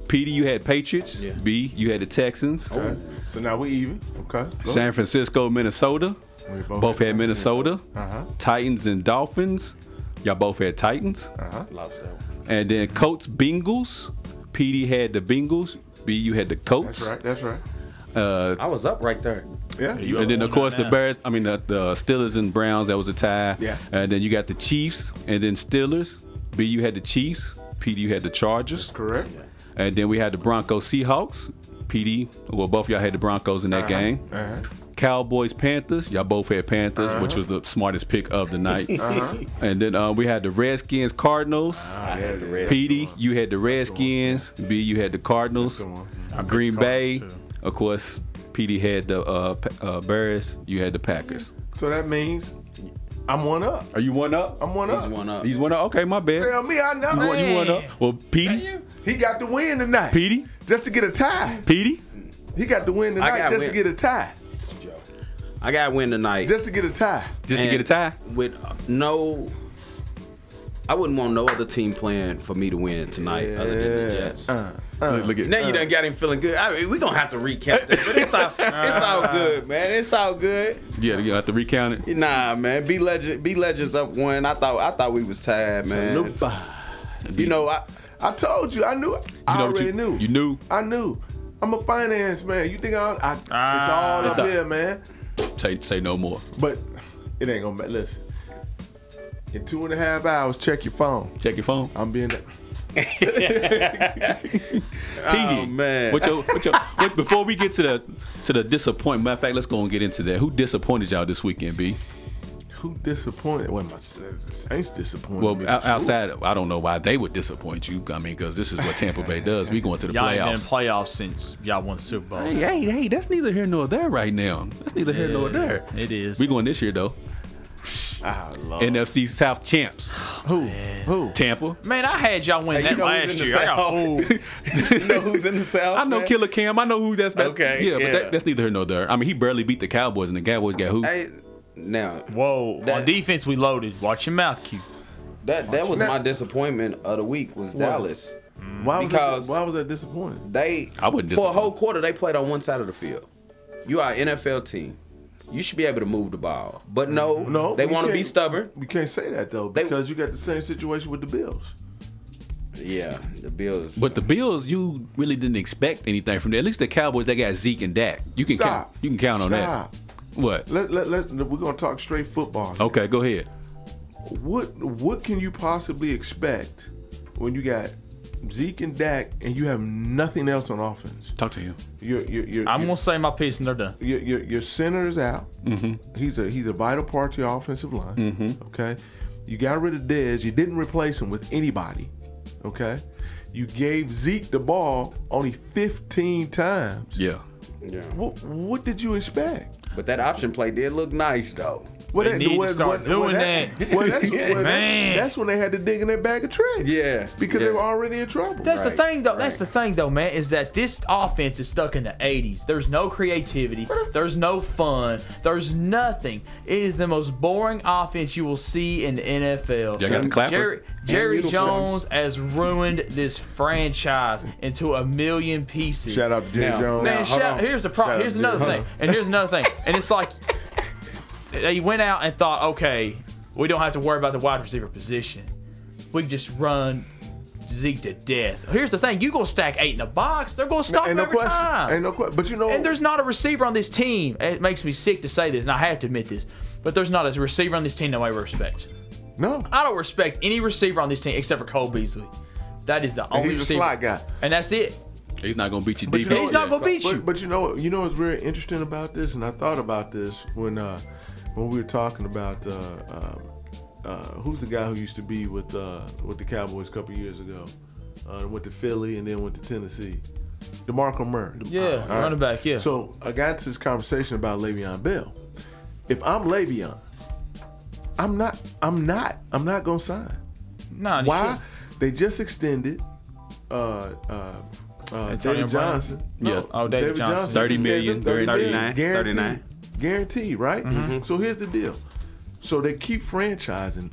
Speaker 1: PD, you had Patriots.
Speaker 4: Yeah.
Speaker 1: B, you had the Texans.
Speaker 2: Okay. So now we even. Okay. go.
Speaker 1: San Francisco, Minnesota.
Speaker 2: We
Speaker 1: both, had Minnesota.
Speaker 2: Uh-huh.
Speaker 1: Titans and Dolphins. Y'all both had Titans.
Speaker 2: Uh-huh.
Speaker 4: Lost that one.
Speaker 1: And then Colts, Bengals. PD had the Bengals. B, you had the Colts.
Speaker 2: That's right. That's right.
Speaker 1: Uh,
Speaker 4: I was up right there.
Speaker 2: Yeah.
Speaker 3: You
Speaker 1: and then of
Speaker 3: own
Speaker 1: course
Speaker 3: that
Speaker 1: the
Speaker 3: now.
Speaker 1: Bears. I mean the, the Steelers and Browns. That was a tie.
Speaker 2: Yeah.
Speaker 1: And then you got the Chiefs. And then Steelers. B, you had the Chiefs. PD, you had the Chargers.
Speaker 2: Correct. Uh-huh.
Speaker 1: And then we had the Broncos Seahawks. PD, well, both y'all had the Broncos in that game.
Speaker 2: Uh-huh.
Speaker 1: Cowboys Panthers, y'all both had Panthers, which was the smartest pick of the night.
Speaker 2: Uh-huh.
Speaker 1: And then uh, we had the Redskins Cardinals.
Speaker 2: Ah, there it is.
Speaker 1: PD, you had the Redskins. B, you had the Cardinals.
Speaker 2: That's the one.
Speaker 1: Green Bay,
Speaker 3: Cardinals,
Speaker 1: of course. PD had the uh, P- uh, Bears. You had the Packers.
Speaker 2: So that means I'm one up.
Speaker 1: Are you one up?
Speaker 2: I'm one
Speaker 4: He's
Speaker 2: up.
Speaker 4: one up.
Speaker 1: He's one up. Okay, my bad.
Speaker 2: Tell me, I
Speaker 1: You one,
Speaker 2: know.
Speaker 1: you one up? Well, PD,
Speaker 3: you?
Speaker 2: He got the win tonight.
Speaker 1: PD,
Speaker 2: Just to get a tie.
Speaker 1: PD.
Speaker 2: He got the win
Speaker 4: I
Speaker 2: tonight
Speaker 4: got
Speaker 2: just
Speaker 4: win.
Speaker 2: to get a tie.
Speaker 4: I got to win tonight.
Speaker 2: Just to get a tie.
Speaker 1: Just
Speaker 4: And
Speaker 1: to get a tie.
Speaker 4: With uh, no. I wouldn't want no other team playing for me to win tonight other than the Jets.
Speaker 2: Uh, uh.
Speaker 1: Look, look at
Speaker 4: Now you done got him feeling good. I mean, we gonna have to recap that, but it's all, it's
Speaker 1: [LAUGHS]
Speaker 4: all good, man. It's all good.
Speaker 1: yeah. You have to recount it.
Speaker 4: Nah, man. B legend, B legends up one. I thought, I thought we was tied, man.
Speaker 2: Nope.
Speaker 4: You know, I
Speaker 2: I told you. I knew.
Speaker 1: You
Speaker 2: I
Speaker 1: know what
Speaker 2: already
Speaker 1: you-
Speaker 2: knew.
Speaker 1: you knew?
Speaker 2: I knew. I'm a finance man. You think I? I it's
Speaker 3: Ah.
Speaker 2: all
Speaker 1: It's
Speaker 2: up
Speaker 1: a-
Speaker 2: here, man.
Speaker 1: Say, say no more.
Speaker 2: But it ain't gonna matter. Listen. In two and a half hours, check your phone.
Speaker 1: Check your phone.
Speaker 2: I'm being.
Speaker 1: PD.
Speaker 4: Oh, man.
Speaker 1: What your, what your, what, before we get to the to the disappointment, matter of fact, let's go and get into that. Who disappointed y'all this weekend, B?
Speaker 2: Who disappointed? Well, my the Saints disappointed.
Speaker 1: Well,
Speaker 2: me.
Speaker 1: o- outside, of, I don't know why they would disappoint you. I mean, because this is what Tampa Bay does. We going to the
Speaker 3: Y'all ain't been in
Speaker 1: playoffs.
Speaker 3: playoffs since y'all won the Super Bowl.
Speaker 1: Hey, hey, hey, that's neither here nor there right now. That's neither here nor there.
Speaker 3: It is.
Speaker 1: We going this year though.
Speaker 2: Ah, Lord.
Speaker 1: NFC South champs,
Speaker 2: who? Who?
Speaker 1: Tampa.
Speaker 3: Man, I had y'all win
Speaker 4: you
Speaker 3: that
Speaker 4: know who's
Speaker 3: last
Speaker 4: in the
Speaker 3: year. I got
Speaker 4: South. [LAUGHS]
Speaker 3: fooled.
Speaker 4: you know who's in the South?
Speaker 1: [LAUGHS] I know
Speaker 4: man?
Speaker 1: Killer Cam. I know who that's. That,
Speaker 4: Okay,
Speaker 1: Yeah,
Speaker 4: yeah.
Speaker 1: but that, that's neither here nor there. I mean, he barely beat the Cowboys, and the Cowboys got who?
Speaker 4: Hey, now
Speaker 3: Whoa.
Speaker 4: That-
Speaker 3: On defense, we loaded. Watch your mouth, Q.
Speaker 4: that that was
Speaker 2: Now-
Speaker 4: my disappointment of the week was Dallas.
Speaker 2: Why was that,
Speaker 4: Because-
Speaker 2: why was that disappointed?
Speaker 4: They
Speaker 1: I wasn't
Speaker 4: for a whole
Speaker 1: disappointed.
Speaker 4: quarter they played on one side of the field. You are an NFL team. You should be able to move the ball, but Mm-hmm. no,
Speaker 2: No,
Speaker 4: they
Speaker 2: we
Speaker 4: want to be
Speaker 2: can't-
Speaker 4: stubborn.
Speaker 2: We can't say that though
Speaker 4: They-
Speaker 2: because you got the same situation with the Bills.
Speaker 4: Yeah, the Bills.
Speaker 1: But the Bills, you really didn't expect anything from them. At least the Cowboys, they got Zeke and Dak. You can
Speaker 2: Stop.
Speaker 1: count. You can count on
Speaker 2: Stop.
Speaker 1: that. What?
Speaker 2: Let, let, let, we're gonna talk straight football.
Speaker 3: Oh.
Speaker 1: Okay, go ahead.
Speaker 2: What what can you possibly expect when you got Zeke and Dak, and you have nothing else on offense.
Speaker 1: Talk to him.
Speaker 2: You're, you're, you're,
Speaker 3: I'm
Speaker 2: you're,
Speaker 3: gonna say my piece and they're done.
Speaker 2: your your your center is out.
Speaker 3: Mm-hmm.
Speaker 2: He's a he's a vital part to your offensive line. Okay, you got rid of Dez. You didn't replace him with anybody. Okay, you gave Zeke the ball only 15 times.
Speaker 1: Yeah.
Speaker 5: Yeah.
Speaker 2: What what did you expect?
Speaker 5: But that option play did look nice though.
Speaker 2: Well,
Speaker 3: They need to start doing that.
Speaker 2: Well, that's, well, that's-
Speaker 3: [LAUGHS] Man.
Speaker 2: that's when they had to dig in their bag of tricks.
Speaker 5: Yeah,
Speaker 2: because
Speaker 5: yeah.
Speaker 2: they were already in trouble.
Speaker 3: That's
Speaker 5: Right,
Speaker 3: the thing, though. That's
Speaker 5: right.
Speaker 3: the thing, though, man, is that this offense is stuck in the 80s. There's no creativity. There's no fun. There's nothing. It is the most boring offense you will see in the NFL.
Speaker 1: Y'all got the clappers?
Speaker 3: Jerry, Jerry
Speaker 5: And
Speaker 3: Jones
Speaker 5: uniforms.
Speaker 3: has ruined this franchise into a million pieces.
Speaker 2: Shout out to Jerry
Speaker 5: Now-
Speaker 2: Jones.
Speaker 3: Man,
Speaker 5: Now,
Speaker 3: shout
Speaker 5: hold
Speaker 3: out.
Speaker 5: on.
Speaker 3: Here's the pro.
Speaker 2: Shout out
Speaker 3: Here's
Speaker 2: to
Speaker 3: another
Speaker 2: Jerry.
Speaker 3: thing. And here's another thing. And it's like they went out and thought, okay, we don't have to worry about the wide receiver position. We can just run Zeke to death. Here's the thing: you gonna stack eight in the box. They're gonna stop
Speaker 2: ain't no
Speaker 3: every
Speaker 2: question.
Speaker 3: time.
Speaker 2: Ain't no question. But you know,
Speaker 3: and there's not a receiver on this team. It makes me sick to say this, and I have to admit this, but there's not a receiver on this team that I respect.
Speaker 2: no.
Speaker 3: I don't respect any receiver on this team except for Cole Beasley. That is the only
Speaker 2: He's a
Speaker 3: receiver,
Speaker 2: slot guy.
Speaker 3: and that's it.
Speaker 1: He's not gonna beat you
Speaker 2: But
Speaker 1: deep.
Speaker 2: you know
Speaker 3: He's
Speaker 2: what?
Speaker 3: not gonna beat you.
Speaker 2: But, but you know, you know what's very interesting about this, and I thought about this when uh, when we were talking about uh, uh, uh, who's the guy who used to be with uh, with the Cowboys a couple years ago, uh, went to Philly and then went to Tennessee, Demarco Murray.
Speaker 3: Yeah, running back. Yeah.
Speaker 2: So I got into this conversation about Le'Veon Bell. If I'm Le'Veon, I'm not. I'm not. I'm not gonna sign.
Speaker 3: nah, you
Speaker 2: Why?
Speaker 3: shouldn't.
Speaker 2: They just extended uh, uh, uh,
Speaker 3: Antonio
Speaker 2: David
Speaker 3: Brown.
Speaker 2: Johnson.
Speaker 1: Yeah.
Speaker 3: Oh, David Johnson.
Speaker 1: 30
Speaker 2: just gave
Speaker 1: million,
Speaker 2: them 30 million.
Speaker 1: 39,
Speaker 2: Guaranteed.
Speaker 4: 39.
Speaker 2: Guaranteed, right?
Speaker 3: Mm-hmm.
Speaker 2: So here's the deal. So they keep franchising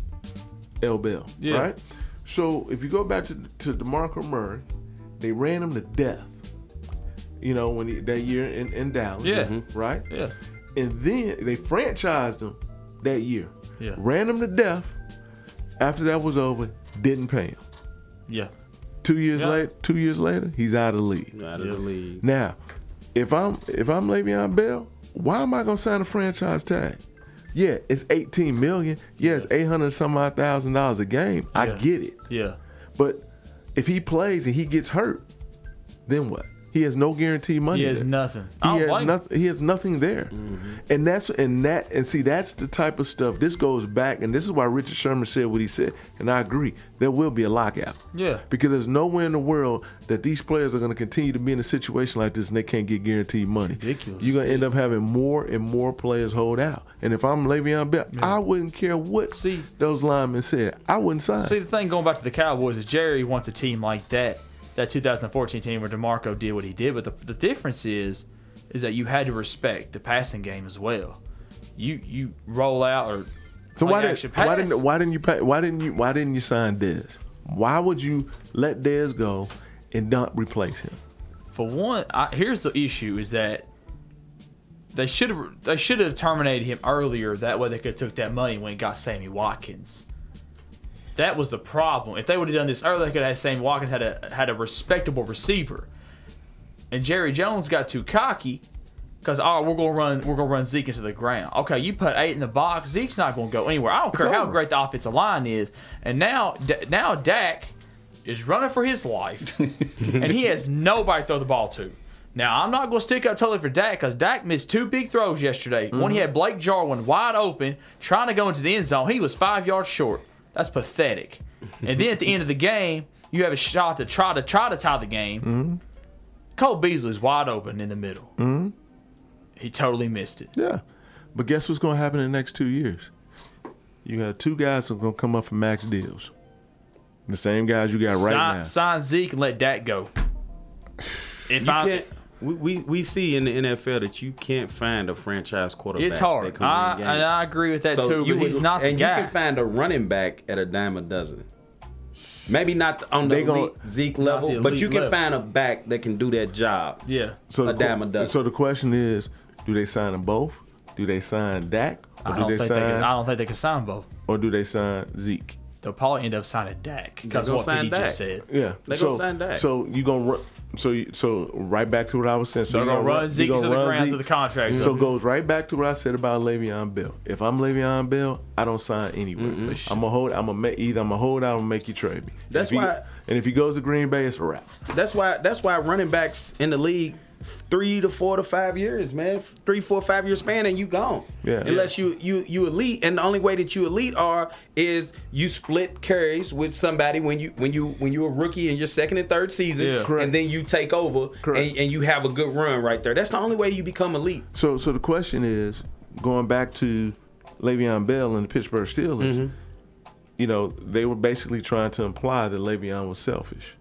Speaker 2: L Bell,
Speaker 3: Yeah.
Speaker 2: right? So if you go back to to DeMarco Murray, they ran him to death. You know, when he, that year in, in Dallas,
Speaker 3: Yeah. Mhm.
Speaker 2: right?
Speaker 3: Yeah.
Speaker 2: And then they franchised him that year.
Speaker 3: Yeah.
Speaker 2: Ran him to death. After that was over, didn't pay him.
Speaker 3: Yeah.
Speaker 2: Two years
Speaker 3: Yeah.
Speaker 2: later, two years later, he's out of the league.
Speaker 4: Out of the league.
Speaker 2: Now, if I'm if I'm Le'Veon Bell, why am I gonna sign a franchise tag? Yeah, it's 18 million. Yeah, it's 800 some odd thousand dollars a game. I
Speaker 3: Yeah.
Speaker 2: get it.
Speaker 3: Yeah.
Speaker 2: But if he plays and he gets hurt, then what? He has no guaranteed money.
Speaker 3: He has
Speaker 2: there.
Speaker 3: nothing. I
Speaker 2: He
Speaker 3: don't
Speaker 2: has
Speaker 3: blame him. Mm-hmm.
Speaker 2: nothing. He has nothing there, and that's and that and see that's the type of stuff. This goes back, and this is why Richard Sherman said what he said, and I agree. There will be a lockout.
Speaker 3: Yeah.
Speaker 2: because there's nowhere in the world that these players are going to continue to be in a situation like this, and they can't get guaranteed money.
Speaker 3: Ridiculous.
Speaker 2: You're going to end up having more and more players hold out. And if I'm Le'Veon Bell, I wouldn't care what
Speaker 3: See-
Speaker 2: those linemen said. I wouldn't sign.
Speaker 3: See, the thing going back to the Cowboys is Jerry wants a team like that, that 2014 team where DeMarco did what he did. But the, the difference is, is that you had to respect the passing game as well. You you roll out or
Speaker 2: So why
Speaker 3: play
Speaker 2: didn't
Speaker 3: action
Speaker 2: why
Speaker 3: pass.
Speaker 2: didn't why didn't you pay, why didn't you why didn't you sign Dez? Why would you let Dez go and not replace him?
Speaker 3: for one, I, here's the issue: is that they should have they should have terminated him earlier. That way, they could have took that money when it got Sammy Watkins. That was the problem. If they would have done this earlier, they could have had Sammy Watkins had a had a respectable receiver. And Jerry Jones got too cocky because oh, we're gonna run we're gonna run Zeke into the ground. Okay, you put eight in the box, Zeke's not gonna go anywhere. I don't care how
Speaker 2: over.
Speaker 3: great the offensive line is. And now D- now Dak is running for his life, and he has nobody to throw the ball to. Now I'm not going to stick up totally for Dak because Dak missed two big throws yesterday. One
Speaker 4: Mm-hmm.
Speaker 3: he had Blake Jarwin wide open trying to go into the end zone. He was five yards short. That's pathetic. and then at the end of the game, you have a shot to try to try to tie the game.
Speaker 4: Mm-hmm.
Speaker 3: Cole Beasley's wide open in the middle. He totally missed it.
Speaker 2: Yeah. But guess what's going to happen in the next two years? You got two guys who are going to come up for max deals. The same guys you got right
Speaker 3: sign,
Speaker 2: now.
Speaker 3: sign Zeke and let Dak go. If
Speaker 4: [SIGHS] You
Speaker 3: I,
Speaker 4: can't. We, we, we see in the NFL that you can't find a franchise quarterback.
Speaker 3: it's
Speaker 4: that
Speaker 3: hard.
Speaker 4: can win
Speaker 3: I,
Speaker 4: games.
Speaker 3: and I agree with that too. But
Speaker 4: would-
Speaker 3: he's not the
Speaker 4: and
Speaker 3: guy.
Speaker 4: you can find a running back at a dime a dozen. Maybe not on the
Speaker 2: They gon-
Speaker 4: elite Zeke
Speaker 3: Not
Speaker 4: level,
Speaker 3: the
Speaker 4: but
Speaker 3: elite
Speaker 4: you can
Speaker 3: level.
Speaker 4: find a back that can do that job.
Speaker 3: yeah.
Speaker 2: so
Speaker 4: a
Speaker 2: the,
Speaker 4: dime a dozen.
Speaker 2: So the question is, do they sign them both? Do they sign Dak? Or
Speaker 3: I
Speaker 2: do
Speaker 3: don't,
Speaker 2: they
Speaker 3: think they can, I
Speaker 2: sign
Speaker 3: don't think they can sign both.
Speaker 2: or do they sign Zeke?
Speaker 3: They'll probably end up signing Dak because
Speaker 4: gonna
Speaker 3: what
Speaker 4: sign
Speaker 3: he
Speaker 4: Dak.
Speaker 3: just said.
Speaker 2: Yeah.
Speaker 4: They gonna
Speaker 2: so,
Speaker 4: sign Dak.
Speaker 2: So you going to so you, so right back to what I was saying. So
Speaker 3: They're
Speaker 2: you
Speaker 3: gonna run
Speaker 2: you
Speaker 3: Zeke
Speaker 2: gonna
Speaker 3: to the
Speaker 2: run
Speaker 3: ground
Speaker 2: Zeke.
Speaker 3: to the contract.
Speaker 2: So it goes right back to what I said about Le'Veon Bell. If I'm Le'Veon Bell, I don't sign anywhere. I'm gonna hold. I'm gonna make either. I'm gonna hold out or make you trade me.
Speaker 4: That's
Speaker 2: if you,
Speaker 4: why-
Speaker 2: And if he goes to Green Bay, it's a wrap.
Speaker 4: That's why. That's why running backs in the league, three to four to five years, man, three, four, five year span, and you gone.
Speaker 2: Yeah.
Speaker 4: Unless you you you elite, and the only way that you elite are is you split carries with somebody when you when you when you're a rookie in your second and third season,
Speaker 3: Yeah.
Speaker 2: Correct.
Speaker 4: and then you take over and,
Speaker 2: Correct.
Speaker 4: and you have a good run right there. That's the only way you become elite.
Speaker 2: So, so the question is, going back to Le'Veon Bell and the Pittsburgh Steelers,
Speaker 3: Mm-hmm.
Speaker 2: you know, they were basically trying to imply that Le'Veon was selfish.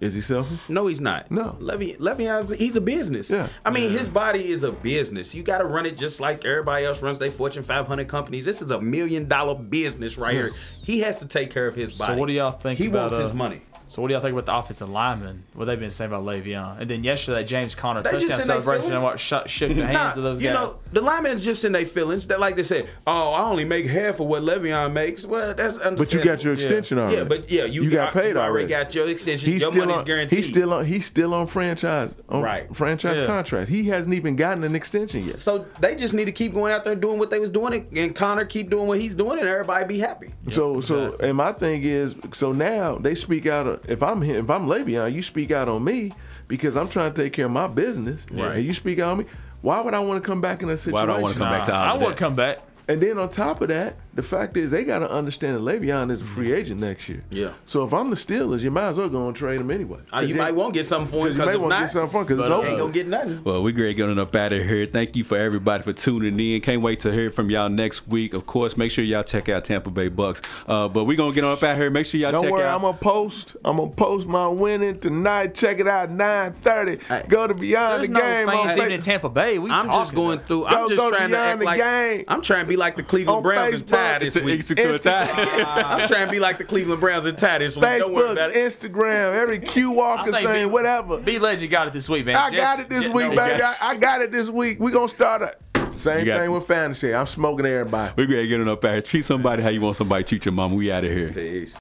Speaker 2: Is he selfish?
Speaker 4: No, he's not.
Speaker 2: No.
Speaker 4: Levy Le'Veon's he's a business.
Speaker 2: Yeah.
Speaker 4: I mean, his body is a business. You got to run it just like everybody else runs their Fortune 500 companies. This is a million dollar business right here. He has to take care of his body.
Speaker 3: what do y'all think
Speaker 4: He
Speaker 3: about,
Speaker 4: wants his
Speaker 3: uh,
Speaker 4: money.
Speaker 3: So what do y'all think about the offensive linemen? What they've been saying about Le'Veon, and then yesterday James Conner
Speaker 4: They just
Speaker 3: touchdown
Speaker 4: in their
Speaker 3: celebration. I
Speaker 4: feelings.
Speaker 3: watched shot, shook the hands
Speaker 4: Nah,
Speaker 3: of those guys.
Speaker 4: you know, the linemen's just in their feelings. That like they said, oh, I only make half of what Le'Veon makes. Well, that's understandable.
Speaker 2: But you got your extension already.
Speaker 4: Yeah, but yeah, you,
Speaker 2: got, paid
Speaker 4: you
Speaker 2: already.
Speaker 4: Got your extension.
Speaker 2: He's
Speaker 4: your
Speaker 2: still
Speaker 4: money's
Speaker 2: on,
Speaker 4: guaranteed.
Speaker 2: He's still on. He's still on franchise. On
Speaker 4: Right.
Speaker 2: Franchise
Speaker 3: Yeah.
Speaker 2: contract. He hasn't even gotten an extension yet.
Speaker 4: So they just need to keep going out there and doing what they was doing, and- and Connor keep doing what he's doing, and everybody be happy.
Speaker 2: so, so, and my thing is, so now they speak out. Of, if I'm him, if I'm Le'Veon, you speak out on me because I'm trying to take care of my business,
Speaker 3: Right.
Speaker 2: and you speak out on me. Why would I want to come back in a situation?
Speaker 1: Why do I wanna come back to all
Speaker 3: I
Speaker 1: of
Speaker 3: would
Speaker 1: that.
Speaker 3: come back.
Speaker 2: And then on top of that, the fact is they got to understand that Le'Veon is a free agent next year.
Speaker 4: Mm-hmm. Yeah.
Speaker 2: So if I'm the Steelers, you might as well go and trade him anyway.
Speaker 4: Uh, you might won't get something for him
Speaker 2: You may
Speaker 4: because
Speaker 2: want to get something from because it's
Speaker 4: ain't
Speaker 2: over.
Speaker 4: gonna get nothing.
Speaker 1: Well, we great getting up out of here. Thank you for everybody for tuning in. Can't wait to hear from y'all next week. Of course, make sure y'all check out Tampa Bay Bucks. Uh, but we're gonna get on up out here. Make sure y'all
Speaker 2: Don't
Speaker 1: check
Speaker 2: worry,
Speaker 1: out.
Speaker 2: I'm gonna post. I'm gonna post my winning tonight. Check it out, 9:30. Go to Beyond
Speaker 3: There's
Speaker 2: the
Speaker 3: no
Speaker 2: Game on
Speaker 3: fans even in
Speaker 2: Facebook.
Speaker 3: Tampa Bay. We
Speaker 4: I'm just
Speaker 3: talking
Speaker 4: going
Speaker 3: about-
Speaker 4: through.
Speaker 2: Don't
Speaker 4: I'm
Speaker 2: go
Speaker 4: just trying to
Speaker 2: beyond
Speaker 4: act
Speaker 2: the
Speaker 4: like
Speaker 2: game.
Speaker 4: I'm trying to be like the
Speaker 2: On
Speaker 4: Cleveland Browns and tie
Speaker 2: Facebook,
Speaker 4: this
Speaker 1: to,
Speaker 4: week.
Speaker 1: to a [LAUGHS] tie.
Speaker 4: [LAUGHS] I'm trying to be like the Cleveland Browns and tie this week. Don't worry about
Speaker 2: Facebook,
Speaker 4: it.
Speaker 2: Instagram, every Q
Speaker 3: I
Speaker 2: Walker
Speaker 3: think
Speaker 2: thing,
Speaker 3: B-
Speaker 2: whatever.
Speaker 3: B Legend got it this week, man.
Speaker 2: I got
Speaker 3: Jets-
Speaker 2: it this
Speaker 3: Jet-
Speaker 2: week,
Speaker 3: no,
Speaker 2: baby.
Speaker 3: Jets-
Speaker 2: I, I got it this week. We gonna start a same
Speaker 1: You got
Speaker 2: thing
Speaker 1: it.
Speaker 2: with fantasy. I'm smoking everybody.
Speaker 1: we great getting up out here. Treat somebody how you want somebody to treat your mom. We out of here.
Speaker 4: Peace.